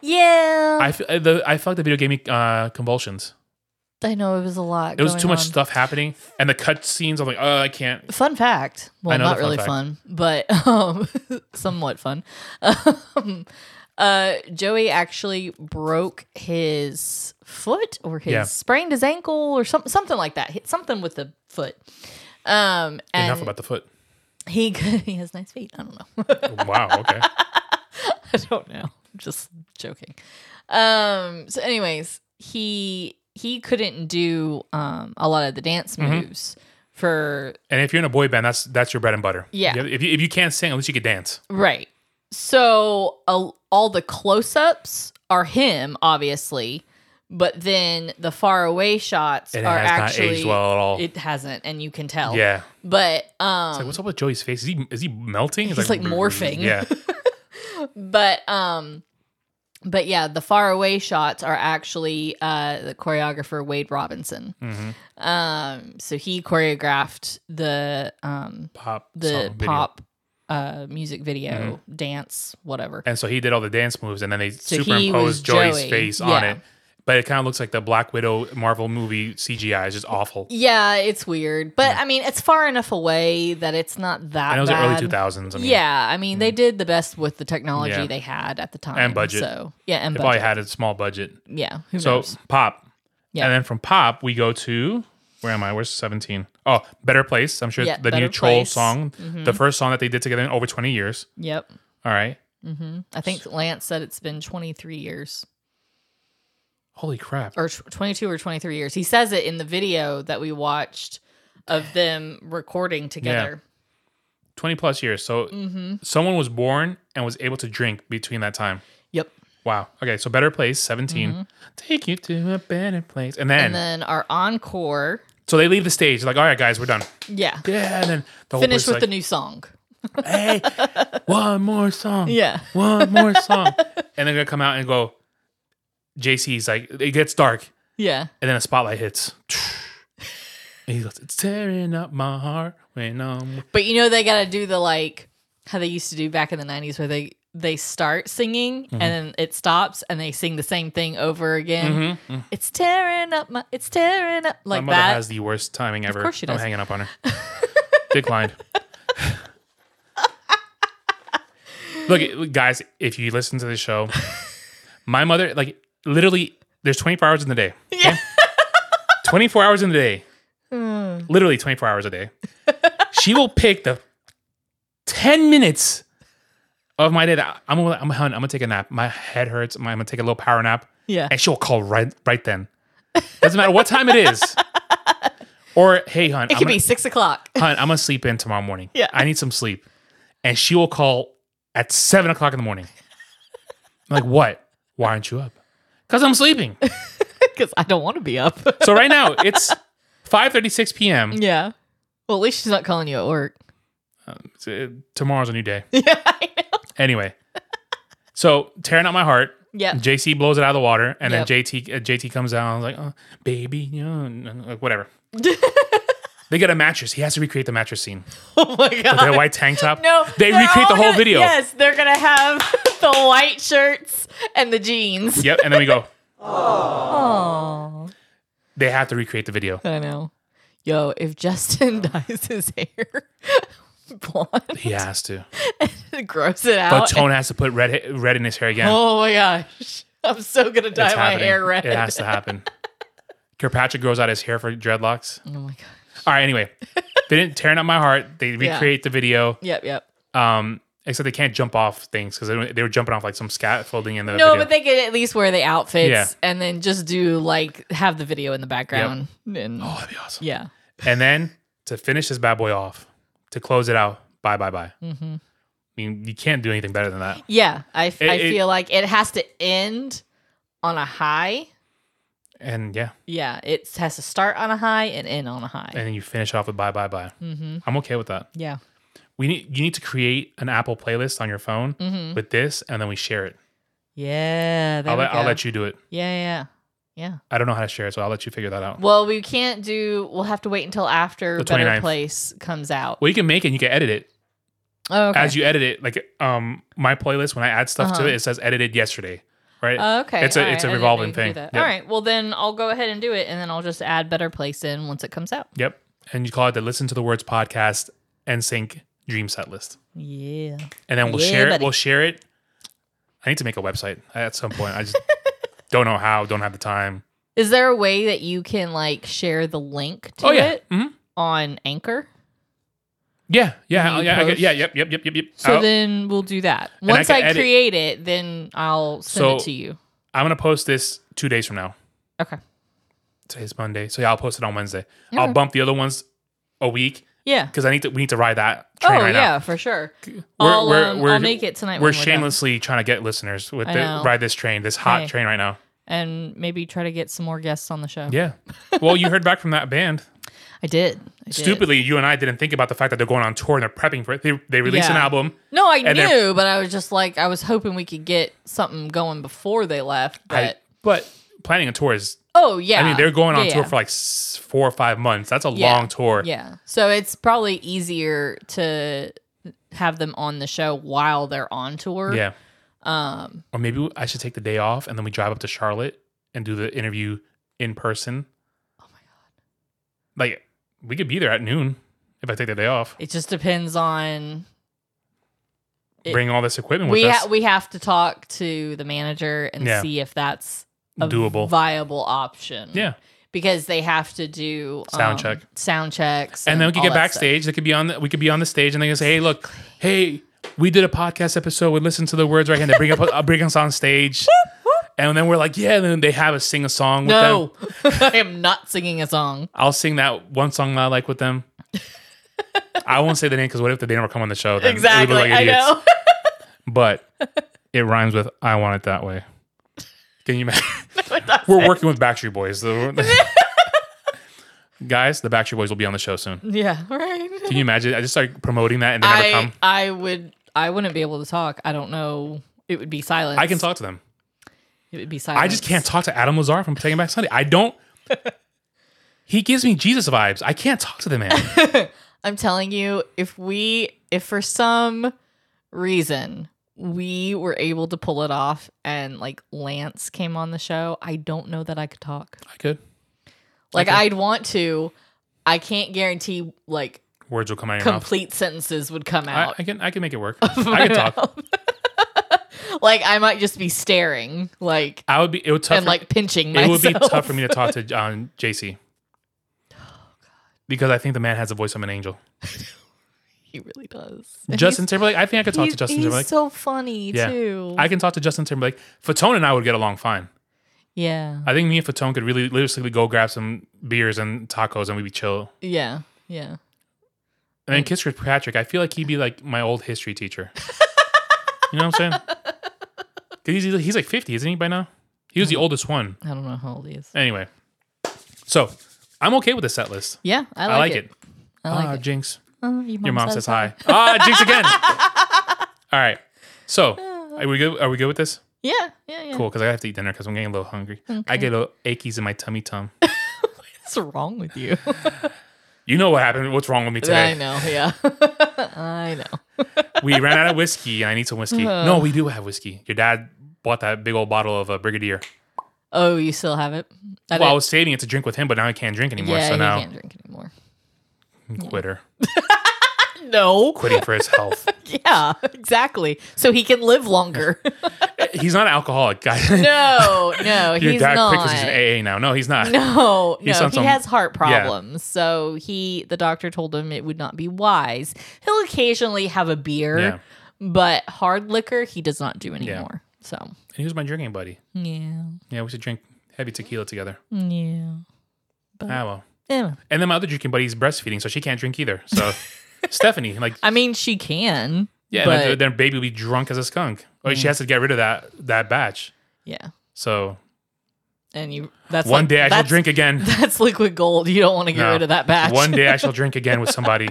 Speaker 2: Yeah.
Speaker 1: I feel the I felt like the video gave me uh, convulsions.
Speaker 2: I, know it was a lot.
Speaker 1: It was
Speaker 2: going
Speaker 1: too much
Speaker 2: on.
Speaker 1: stuff happening, and the cut scenes. I'm like, oh, I can't.
Speaker 2: <laughs> Fun fact. Well,
Speaker 1: know
Speaker 2: not
Speaker 1: the fun
Speaker 2: really
Speaker 1: fact.
Speaker 2: fun, but <laughs> um, somewhat fun. Um, uh, Joey actually broke his foot or his
Speaker 1: Yeah.
Speaker 2: sprained his ankle or some, something like that. Hit something with the foot. Um, and
Speaker 1: Enough about the foot.
Speaker 2: he <laughs> he has nice feet. I don't know. <laughs>
Speaker 1: Wow. Okay.
Speaker 2: I don't know. I'm just joking. Um so anyways, he he couldn't do um a lot of the dance
Speaker 1: Mm-hmm.
Speaker 2: moves for
Speaker 1: And if you're in a boy band, that's that's your bread and butter.
Speaker 2: Yeah.
Speaker 1: If you, if you can't sing, at least you can dance.
Speaker 2: right. So a, all the close-ups are him obviously, but then the far away shots
Speaker 1: And it
Speaker 2: are
Speaker 1: has
Speaker 2: actually
Speaker 1: not aged well at all.
Speaker 2: It hasn't and you can tell.
Speaker 1: yeah.
Speaker 2: But
Speaker 1: It's
Speaker 2: um
Speaker 1: like, what's up with Joey's face? Is he is he melting?
Speaker 2: He's, like, morphing. <laughs>
Speaker 1: Yeah.
Speaker 2: but um but yeah the far away shots are actually uh the choreographer wade robinson
Speaker 1: Mhm.
Speaker 2: um so he choreographed the um
Speaker 1: Pop.
Speaker 2: the
Speaker 1: song, video. Mm-hmm.
Speaker 2: pop uh music video dance whatever
Speaker 1: And so he did all the dance moves, and then they
Speaker 2: So he was
Speaker 1: superimposed Joey's
Speaker 2: Joey.
Speaker 1: face on
Speaker 2: Yeah.
Speaker 1: it. But it kind of looks like the Black Widow Marvel movie CGI is just awful.
Speaker 2: yeah it's weird but i mean it's far enough away that it's not that
Speaker 1: I know it was
Speaker 2: bad.
Speaker 1: the early two thousands. I mean, Mm.
Speaker 2: yeah i mean they did the best with the technology
Speaker 1: Yeah.
Speaker 2: they had at the time
Speaker 1: And budget.
Speaker 2: so yeah and
Speaker 1: they
Speaker 2: budget.
Speaker 1: probably had a small budget.
Speaker 2: yeah who
Speaker 1: So
Speaker 2: knows
Speaker 1: pop,
Speaker 2: Yeah.
Speaker 1: and then from pop we go to where am I? Where's seventeen? Oh, Better Place. I'm sure
Speaker 2: Yeah,
Speaker 1: the
Speaker 2: Better
Speaker 1: new Troll
Speaker 2: Place. Mm-hmm.
Speaker 1: song, the first song that they did together in over twenty years.
Speaker 2: yep
Speaker 1: All right,
Speaker 2: i think lance said it's been 23 years
Speaker 1: holy crap!
Speaker 2: or tw- 22 or 23 years. He says it in the video that we watched of them recording together. Mm-hmm.
Speaker 1: Twenty plus years. So someone was born and was able to drink between that time.
Speaker 2: Yep.
Speaker 1: Wow. Okay. So Better Place, 17. Take you to a better place. And then,
Speaker 2: Mm-hmm. And then our encore.
Speaker 1: so they leave the stage, like, all right, guys, we're done.
Speaker 2: Yeah.
Speaker 1: Yeah. And then the whole
Speaker 2: Finish
Speaker 1: place
Speaker 2: with
Speaker 1: is
Speaker 2: the
Speaker 1: like,
Speaker 2: new song.
Speaker 1: hey,
Speaker 2: <laughs>
Speaker 1: one more song.
Speaker 2: Yeah.
Speaker 1: One
Speaker 2: <laughs>
Speaker 1: more song. And they're going to come out and go, JC's like, it gets dark.
Speaker 2: Yeah.
Speaker 1: And then a spotlight
Speaker 2: <laughs>
Speaker 1: hits. And he goes, it's tearing up my heart when I'm.
Speaker 2: But you know they got to do the like how they used to do back in the 90s where they they start singing
Speaker 1: Mm-hmm.
Speaker 2: and then it stops and they sing the same thing over again. It's tearing up my it's tearing up
Speaker 1: Mm-hmm. My
Speaker 2: like
Speaker 1: mother
Speaker 2: that.
Speaker 1: has the worst timing ever.
Speaker 2: course she
Speaker 1: I'm
Speaker 2: does.
Speaker 1: hanging up on her. Declined. Look, guys, if you listen to the show, my mother, like, literally, there's 24 hours in the day.
Speaker 2: <laughs> Yeah.
Speaker 1: <laughs> 24 hours in the day.
Speaker 2: Hmm.
Speaker 1: Literally 24 hours a day. she will pick the 10 minutes of my day that I'm gonna, I'm, hun, I'm gonna take a nap. My head hurts. I'm gonna take a little power nap
Speaker 2: yeah.
Speaker 1: and she'll call right right then. Doesn't matter what time it
Speaker 2: <laughs>
Speaker 1: is. Or hey, hun,
Speaker 2: It
Speaker 1: I'm
Speaker 2: could
Speaker 1: gonna,
Speaker 2: be 6 o'clock. <laughs>
Speaker 1: <laughs> hun, I'm gonna sleep in tomorrow morning.
Speaker 2: Yeah.
Speaker 1: I need some sleep. And she will call at seven o'clock in the morning. I'm like, what? Why aren't you up? Because I'm sleeping.
Speaker 2: Because I don't want to be up. <laughs>
Speaker 1: So right now it's 5:36 p.m.
Speaker 2: yeah. Well, at least she's not calling you at work.
Speaker 1: It's, uh, Tomorrow's a new day.
Speaker 2: <laughs> yeah. I know.
Speaker 1: Anyway, so tearing out my heart.
Speaker 2: Yeah.
Speaker 1: JC blows it out of the water, and
Speaker 2: Yep.
Speaker 1: then JT uh, JT comes out. I was like, oh, baby, you know, and- and, like, whatever.
Speaker 2: <laughs>
Speaker 1: they get a mattress. He has to recreate the mattress scene.
Speaker 2: <laughs> Oh my god.
Speaker 1: The white tank top.
Speaker 2: <laughs> No,
Speaker 1: they
Speaker 2: they're
Speaker 1: recreate the
Speaker 2: all
Speaker 1: whole
Speaker 2: gonna-
Speaker 1: video.
Speaker 2: Yes, they're gonna have <laughs> the white shirts and
Speaker 1: <laughs>
Speaker 2: the jeans.
Speaker 1: Yep, and then we
Speaker 2: <laughs>
Speaker 1: go.
Speaker 2: Oh,
Speaker 1: They have to recreate the video.
Speaker 2: I know. Yo, if Justin <laughs> dyes his hair <laughs> blonde,
Speaker 1: He has
Speaker 2: <laughs>
Speaker 1: to.
Speaker 2: gross it out.
Speaker 1: But Tone has to put red red in his hair again.
Speaker 2: <laughs> oh my gosh, <laughs> I'm so gonna dye
Speaker 1: it's
Speaker 2: my
Speaker 1: happening.
Speaker 2: hair red.
Speaker 1: It has to happen. Kirkpatrick grows out his hair for dreadlocks.
Speaker 2: Oh my god.
Speaker 1: All right. Anyway, they didn't tearing up my heart. They recreate the video.
Speaker 2: Yep, yep.
Speaker 1: Um, except they can't jump off things because they, they were jumping off like some scaffolding in the
Speaker 2: No,
Speaker 1: video.
Speaker 2: but they could at least wear the outfits
Speaker 1: Yeah.
Speaker 2: and then just do like have the video in the background. And
Speaker 1: oh, that'd be awesome.
Speaker 2: yeah,
Speaker 1: And then to finish this bad boy off, to close it out, bye bye bye. I
Speaker 2: Mm-hmm.
Speaker 1: mean, you can't do anything better than that.
Speaker 2: yeah. I, f-
Speaker 1: It-
Speaker 2: I
Speaker 1: it-
Speaker 2: feel like it has to end on a high.
Speaker 1: And yeah,
Speaker 2: Yeah, it has to start on a high and end on a high.
Speaker 1: and then you finish off with bye bye bye.
Speaker 2: Mm-hmm.
Speaker 1: I'm okay with that.
Speaker 2: Yeah.
Speaker 1: We need you need to create an Apple playlist on your phone
Speaker 2: Mm-hmm.
Speaker 1: with this, and then we share it.
Speaker 2: Yeah. There
Speaker 1: I'll
Speaker 2: we
Speaker 1: let, I'll
Speaker 2: go.
Speaker 1: let you do it.
Speaker 2: Yeah, yeah, yeah.
Speaker 1: I don't know how to share it, so I'll let you figure that out.
Speaker 2: Well, we can't do. We'll have to wait until after
Speaker 1: The
Speaker 2: Better
Speaker 1: 29th.
Speaker 2: Place comes out.
Speaker 1: Well, you can make it. and You can edit it
Speaker 2: Oh, okay.
Speaker 1: as you edit it. Like um, my playlist when I add stuff
Speaker 2: Uh-huh.
Speaker 1: to it, it says edited yesterday. Right.
Speaker 2: Oh, okay.
Speaker 1: It's a-
Speaker 2: All right.
Speaker 1: it's a
Speaker 2: I didn't know
Speaker 1: revolving
Speaker 2: you could do
Speaker 1: thing.
Speaker 2: that.
Speaker 1: Yep.
Speaker 2: All right. Well, then I'll go ahead and do it, and then I'll just add Better Place in once it comes out.
Speaker 1: Yep. And you call it the Listen to the Words podcast and sync dream set list.
Speaker 2: Yeah.
Speaker 1: and then we'll
Speaker 2: Yeah,
Speaker 1: share it.
Speaker 2: buddy.
Speaker 1: We'll share it. I need to make a website at some point. I just <laughs> don't know how. Don't have the time.
Speaker 2: Is there a way that you can like share the link to
Speaker 1: oh yeah,
Speaker 2: it
Speaker 1: Mhm.
Speaker 2: on Anchor?
Speaker 1: yeah,
Speaker 2: Can
Speaker 1: yeah,
Speaker 2: you
Speaker 1: yeah, I get- yeah,
Speaker 2: post?
Speaker 1: Yep, yep, yep, yep, yep.
Speaker 2: So
Speaker 1: I'll-
Speaker 2: then we'll do that.
Speaker 1: Oh. I
Speaker 2: Once
Speaker 1: can
Speaker 2: I,
Speaker 1: edit-
Speaker 2: create it, then I'll send
Speaker 1: So-
Speaker 2: it to you.
Speaker 1: I'm gonna post this two days from now.
Speaker 2: Okay.
Speaker 1: Today's Monday, so yeah, I'll post it on Wednesday. I'll
Speaker 2: Okay.
Speaker 1: bump the other ones a week
Speaker 2: Yeah.
Speaker 1: because I need to. We need to ride that
Speaker 2: Oh
Speaker 1: train right
Speaker 2: yeah, for sure.
Speaker 1: now.
Speaker 2: I'll, um, I'll make it tonight.
Speaker 1: We're
Speaker 2: when done.
Speaker 1: shamelessly trying to get listeners with
Speaker 2: I
Speaker 1: the,
Speaker 2: know.
Speaker 1: ride this train, this hot
Speaker 2: Hey.
Speaker 1: train right now.
Speaker 2: and maybe try to get some more guests on the show.
Speaker 1: Yeah. Well, you heard back from that band.
Speaker 2: I did. I did.
Speaker 1: Stupidly, you and I didn't think about the fact that they're going on tour and they're prepping for it. They, they release an
Speaker 2: Yeah.
Speaker 1: album.
Speaker 2: No, I
Speaker 1: And they're-
Speaker 2: knew, but I was just like, I was hoping we could get something going before they left. But
Speaker 1: I- but planning a tour is.
Speaker 2: oh yeah,
Speaker 1: I mean, they're going on
Speaker 2: Yeah,
Speaker 1: tour
Speaker 2: yeah.
Speaker 1: for like s- four or five months. That's a
Speaker 2: Yeah.
Speaker 1: long tour.
Speaker 2: yeah. So it's probably easier to have them on the show while they're on tour.
Speaker 1: Yeah.
Speaker 2: Um.
Speaker 1: Or maybe I should take the day off and then we drive up to Charlotte and do the interview in person.
Speaker 2: Oh my god.
Speaker 1: Like we could be there at noon if I take the day off.
Speaker 2: It just depends on It-
Speaker 1: Bring all this equipment with
Speaker 2: we
Speaker 1: us.
Speaker 2: ha- we have to talk to the manager and
Speaker 1: Yeah.
Speaker 2: see if that's a
Speaker 1: Doable.
Speaker 2: viable option.
Speaker 1: yeah.
Speaker 2: because they have to do um,
Speaker 1: Sound check.
Speaker 2: sound checks,
Speaker 1: And then we could
Speaker 2: all
Speaker 1: get
Speaker 2: that
Speaker 1: backstage. They could be on the, we could be on the stage and they can say, "Hey, look, hey, we did a podcast episode. We listen to the words right here. And they bring up uh, bring us on stage." And then we're like, "Yeah." And then they have us sing a song with
Speaker 2: stuff.
Speaker 1: them.
Speaker 2: No, <laughs> I am not singing a song.
Speaker 1: I'll sing that one song that I like with
Speaker 2: <laughs>
Speaker 1: them. I won't say the name because what if they never come on the show? Then we look
Speaker 2: Exactly,
Speaker 1: like
Speaker 2: I
Speaker 1: idiots.
Speaker 2: know.
Speaker 1: But it rhymes with "I want it that way." Can
Speaker 2: <laughs>
Speaker 1: you imagine?
Speaker 2: It
Speaker 1: <laughs>
Speaker 2: doesn't.
Speaker 1: We're working with Backstreet Boys.
Speaker 2: <laughs>
Speaker 1: so- Guys, the Backstreet Boys will be on the show soon.
Speaker 2: <laughs> Yeah, right.
Speaker 1: Can you imagine? I just started promoting that and they never
Speaker 2: I
Speaker 1: come.
Speaker 2: I would I wouldn't be able to talk. I don't know. It would be silence.
Speaker 1: I can talk to them.
Speaker 2: It would be silence.
Speaker 1: I just can't talk to Adam Lazar from Taking Back Sunday. I
Speaker 2: <laughs>
Speaker 1: don't. he gives me Jesus vibes. I can't talk to the
Speaker 2: <laughs>
Speaker 1: man.
Speaker 2: I'm telling you, if we, if for some reason we were able to pull it off and like Lance came on the show, I don't know that I could talk.
Speaker 1: I could.
Speaker 2: Like
Speaker 1: Okay.
Speaker 2: I'd want to. I can't guarantee like
Speaker 1: Words will come out of your mouth.
Speaker 2: complete sentences would come
Speaker 1: I,
Speaker 2: <laughs> out.
Speaker 1: I can. I can make it
Speaker 2: <laughs>
Speaker 1: work. I can talk.
Speaker 2: like I might just be staring, like
Speaker 1: I would be. It would tough.
Speaker 2: and
Speaker 1: for-
Speaker 2: like pinching
Speaker 1: it
Speaker 2: myself. Oh,
Speaker 1: would be tough for me to talk to um, JC. Because I think the man has the voice of an angel.
Speaker 2: <laughs> He really does.
Speaker 1: Justin Timberlake, I think I could talk to Justin
Speaker 2: he's
Speaker 1: Timberlake.
Speaker 2: so funny
Speaker 1: Yeah.
Speaker 2: too.
Speaker 1: I can talk to Justin Timberlake. Fatone and I would get along fine.
Speaker 2: yeah.
Speaker 1: I think me and Fatone could really literally go grab some beers and tacos and we'd be chill.
Speaker 2: Yeah. Yeah.
Speaker 1: And then Kiss Patrick, I feel like he'd be like my old history teacher. you know what I'm saying? 'Cause He's, he's like 50, isn't he, by now? He was the oldest one.
Speaker 2: I don't know how old he is.
Speaker 1: Anyway, so I'm okay with the set list.
Speaker 2: Yeah, I
Speaker 1: I
Speaker 2: like,
Speaker 1: like,
Speaker 2: it.
Speaker 1: it.
Speaker 2: I like
Speaker 1: ah,
Speaker 2: it.
Speaker 1: Jinx.
Speaker 2: Oh, your mom,
Speaker 1: Your mom says hi. Ah, Jinx again. All right. So, are we good? Are we good with this?
Speaker 2: Yeah, yeah, yeah.
Speaker 1: Cool, because I have to eat dinner because I'm getting a little hungry. I get little achies in my tummy tum.
Speaker 2: What's wrong
Speaker 1: <laughs>
Speaker 2: with you?
Speaker 1: You know what happened? What's wrong with me
Speaker 2: I
Speaker 1: today?
Speaker 2: know. Yeah, <laughs> I know.
Speaker 1: We ran out of whiskey, and I need some whiskey.
Speaker 2: Uh-huh.
Speaker 1: no, we do have whiskey. Your dad bought that big old bottle of uh, Brigadier.
Speaker 2: Oh, you still have it? I
Speaker 1: Well, I
Speaker 2: didn't-
Speaker 1: was saving it to drink with him, but now I can't drink anymore.
Speaker 2: yeah,
Speaker 1: so
Speaker 2: you
Speaker 1: now
Speaker 2: can't drink anymore.
Speaker 1: I'm quitter,
Speaker 2: No. <laughs>
Speaker 1: quitting for his health.
Speaker 2: Yeah, exactly. So he can live
Speaker 1: <laughs>
Speaker 2: longer. <laughs>
Speaker 1: he's not an alcoholic, guys.
Speaker 2: no, no,
Speaker 1: <laughs> Your
Speaker 2: he's
Speaker 1: dad
Speaker 2: not.
Speaker 1: quit 'cause he's an AA now. No, he's not.
Speaker 2: No,
Speaker 1: He's
Speaker 2: no,
Speaker 1: on
Speaker 2: he
Speaker 1: some-
Speaker 2: has heart problems. So he, the doctor told him it would not be wise. He'll occasionally have a beer,
Speaker 1: Yeah.
Speaker 2: but hard liquor he does not do anymore. So
Speaker 1: And he was my drinking buddy.
Speaker 2: yeah,
Speaker 1: Yeah, we should drink heavy tequila together.
Speaker 2: yeah.
Speaker 1: Ah, well.
Speaker 2: Anyway.
Speaker 1: And then my other drinking buddy's breastfeeding, so she can't drink either.
Speaker 2: <laughs>
Speaker 1: So Stephanie, like,
Speaker 2: I mean, she can.
Speaker 1: yeah,
Speaker 2: but
Speaker 1: and
Speaker 2: Mm.
Speaker 1: then their baby will be drunk as a skunk. Or she has to get rid of that that batch.
Speaker 2: yeah.
Speaker 1: So
Speaker 2: And you. That's
Speaker 1: one
Speaker 2: like-
Speaker 1: day I shall
Speaker 2: that's-
Speaker 1: drink again.
Speaker 2: <laughs> That's liquid gold. You don't want to get
Speaker 1: No.
Speaker 2: rid of that
Speaker 1: <laughs>
Speaker 2: batch.
Speaker 1: One day I shall drink again with
Speaker 2: <laughs>
Speaker 1: somebody.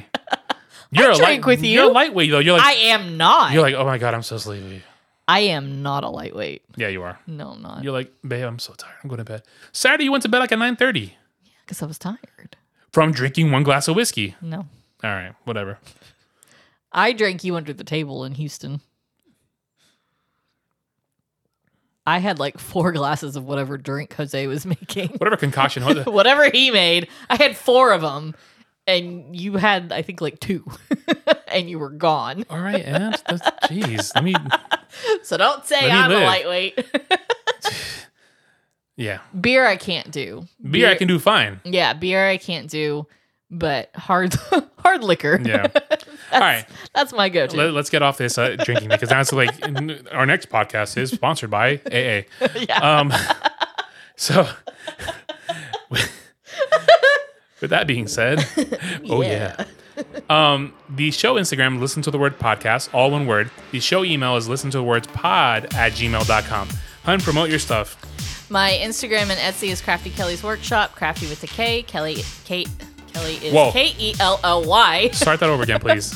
Speaker 1: You're a
Speaker 2: drink with you.
Speaker 1: You're a lightweight though. You're like
Speaker 2: <laughs> I am not.
Speaker 1: you're like, oh my god, I'm so sleepy.
Speaker 2: I am not a lightweight.
Speaker 1: Yeah, you are.
Speaker 2: No, I'm not.
Speaker 1: You're like, babe, I'm so tired. I'm going to bed. Saturday you went to bed like at 9:30
Speaker 2: Because I was tired.
Speaker 1: from drinking one glass of whiskey.
Speaker 2: No.
Speaker 1: All right, whatever.
Speaker 2: I drank you under the table in Houston. I had like four <laughs> glasses of whatever drink Jose was <laughs> making.
Speaker 1: Whatever concoction.
Speaker 2: <laughs> whatever he made, I had four of them. And you had, I think, like two. <laughs> and you were gone. <laughs>
Speaker 1: All right, and that's, jeez, let me
Speaker 2: So don't say
Speaker 1: Let me
Speaker 2: I'm a
Speaker 1: live.
Speaker 2: lightweight.
Speaker 1: yeah.
Speaker 2: beer I can't do.
Speaker 1: Beer I can do fine.
Speaker 2: Yeah, beer I can't do, but hard <laughs> hard liquor. <laughs>
Speaker 1: Yeah. All right.
Speaker 2: That's my go-to.
Speaker 1: Let, us get off this uh, drinking because that's like n- our next podcast is sponsored by AA.
Speaker 2: <laughs> yeah.
Speaker 1: Um, <laughs> so, <laughs> with that being said,
Speaker 2: <laughs>
Speaker 1: oh yeah. Um, the show Instagram, listen to the word podcast, all one word. The show email is listen to the words pod at gmail.com. Hun, promote your stuff.
Speaker 2: my Instagram and Etsy is Crafty Kelly's Workshop, Crafty with a K. Kelly Kate Kelly
Speaker 1: Whoa.
Speaker 2: is K E L L Y. <laughs>
Speaker 1: Start that over again, please.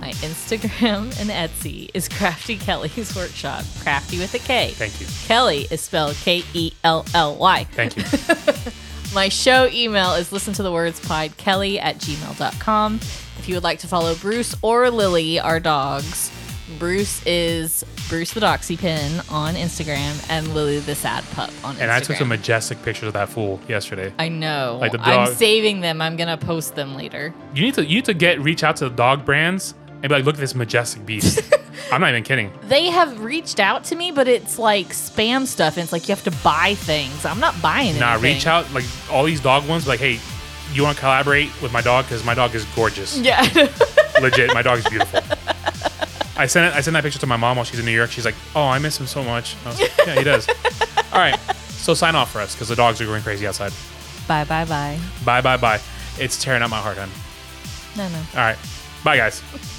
Speaker 2: My Instagram and Etsy is Crafty Kelly's Workshop, Crafty with a K.
Speaker 1: Thank you.
Speaker 2: Kelly is spelled K E L L Y.
Speaker 1: Thank you.
Speaker 2: My show email is listen to the words pod kelly at gmail.com. If you would like to follow Bruce or Lily, our dogs, Bruce is Bruce the Doxy Pin on Instagram and Lily the Sad Pup on Instagram.
Speaker 1: And I took some majestic pictures of that fool yesterday.
Speaker 2: I know.
Speaker 1: Like the
Speaker 2: I'm
Speaker 1: dog-
Speaker 2: saving them. I'm gonna post them later.
Speaker 1: You need to you need to get reach out to the dog brands and be like, look at this majestic beast. I'm not even kidding.
Speaker 2: They have reached out to me, but it's like spam stuff, and it's like you have to buy things. I'm not buying anything.
Speaker 1: Nah, reach out like all these dog ones. Like, hey, you want to collaborate with my dog because my dog is
Speaker 2: <laughs>
Speaker 1: gorgeous. <laughs>
Speaker 2: Yeah.
Speaker 1: Legit, my dog is beautiful. I sent it, I sent that picture to my mom while she's in New York. She's like, oh, I miss him so much. I was like, yeah, he does. all right, so sign off for us because the dogs are going crazy outside.
Speaker 2: bye bye bye.
Speaker 1: Bye, bye, bye. It's tearing out my heart, hun.
Speaker 2: No no.
Speaker 1: All right, bye, guys.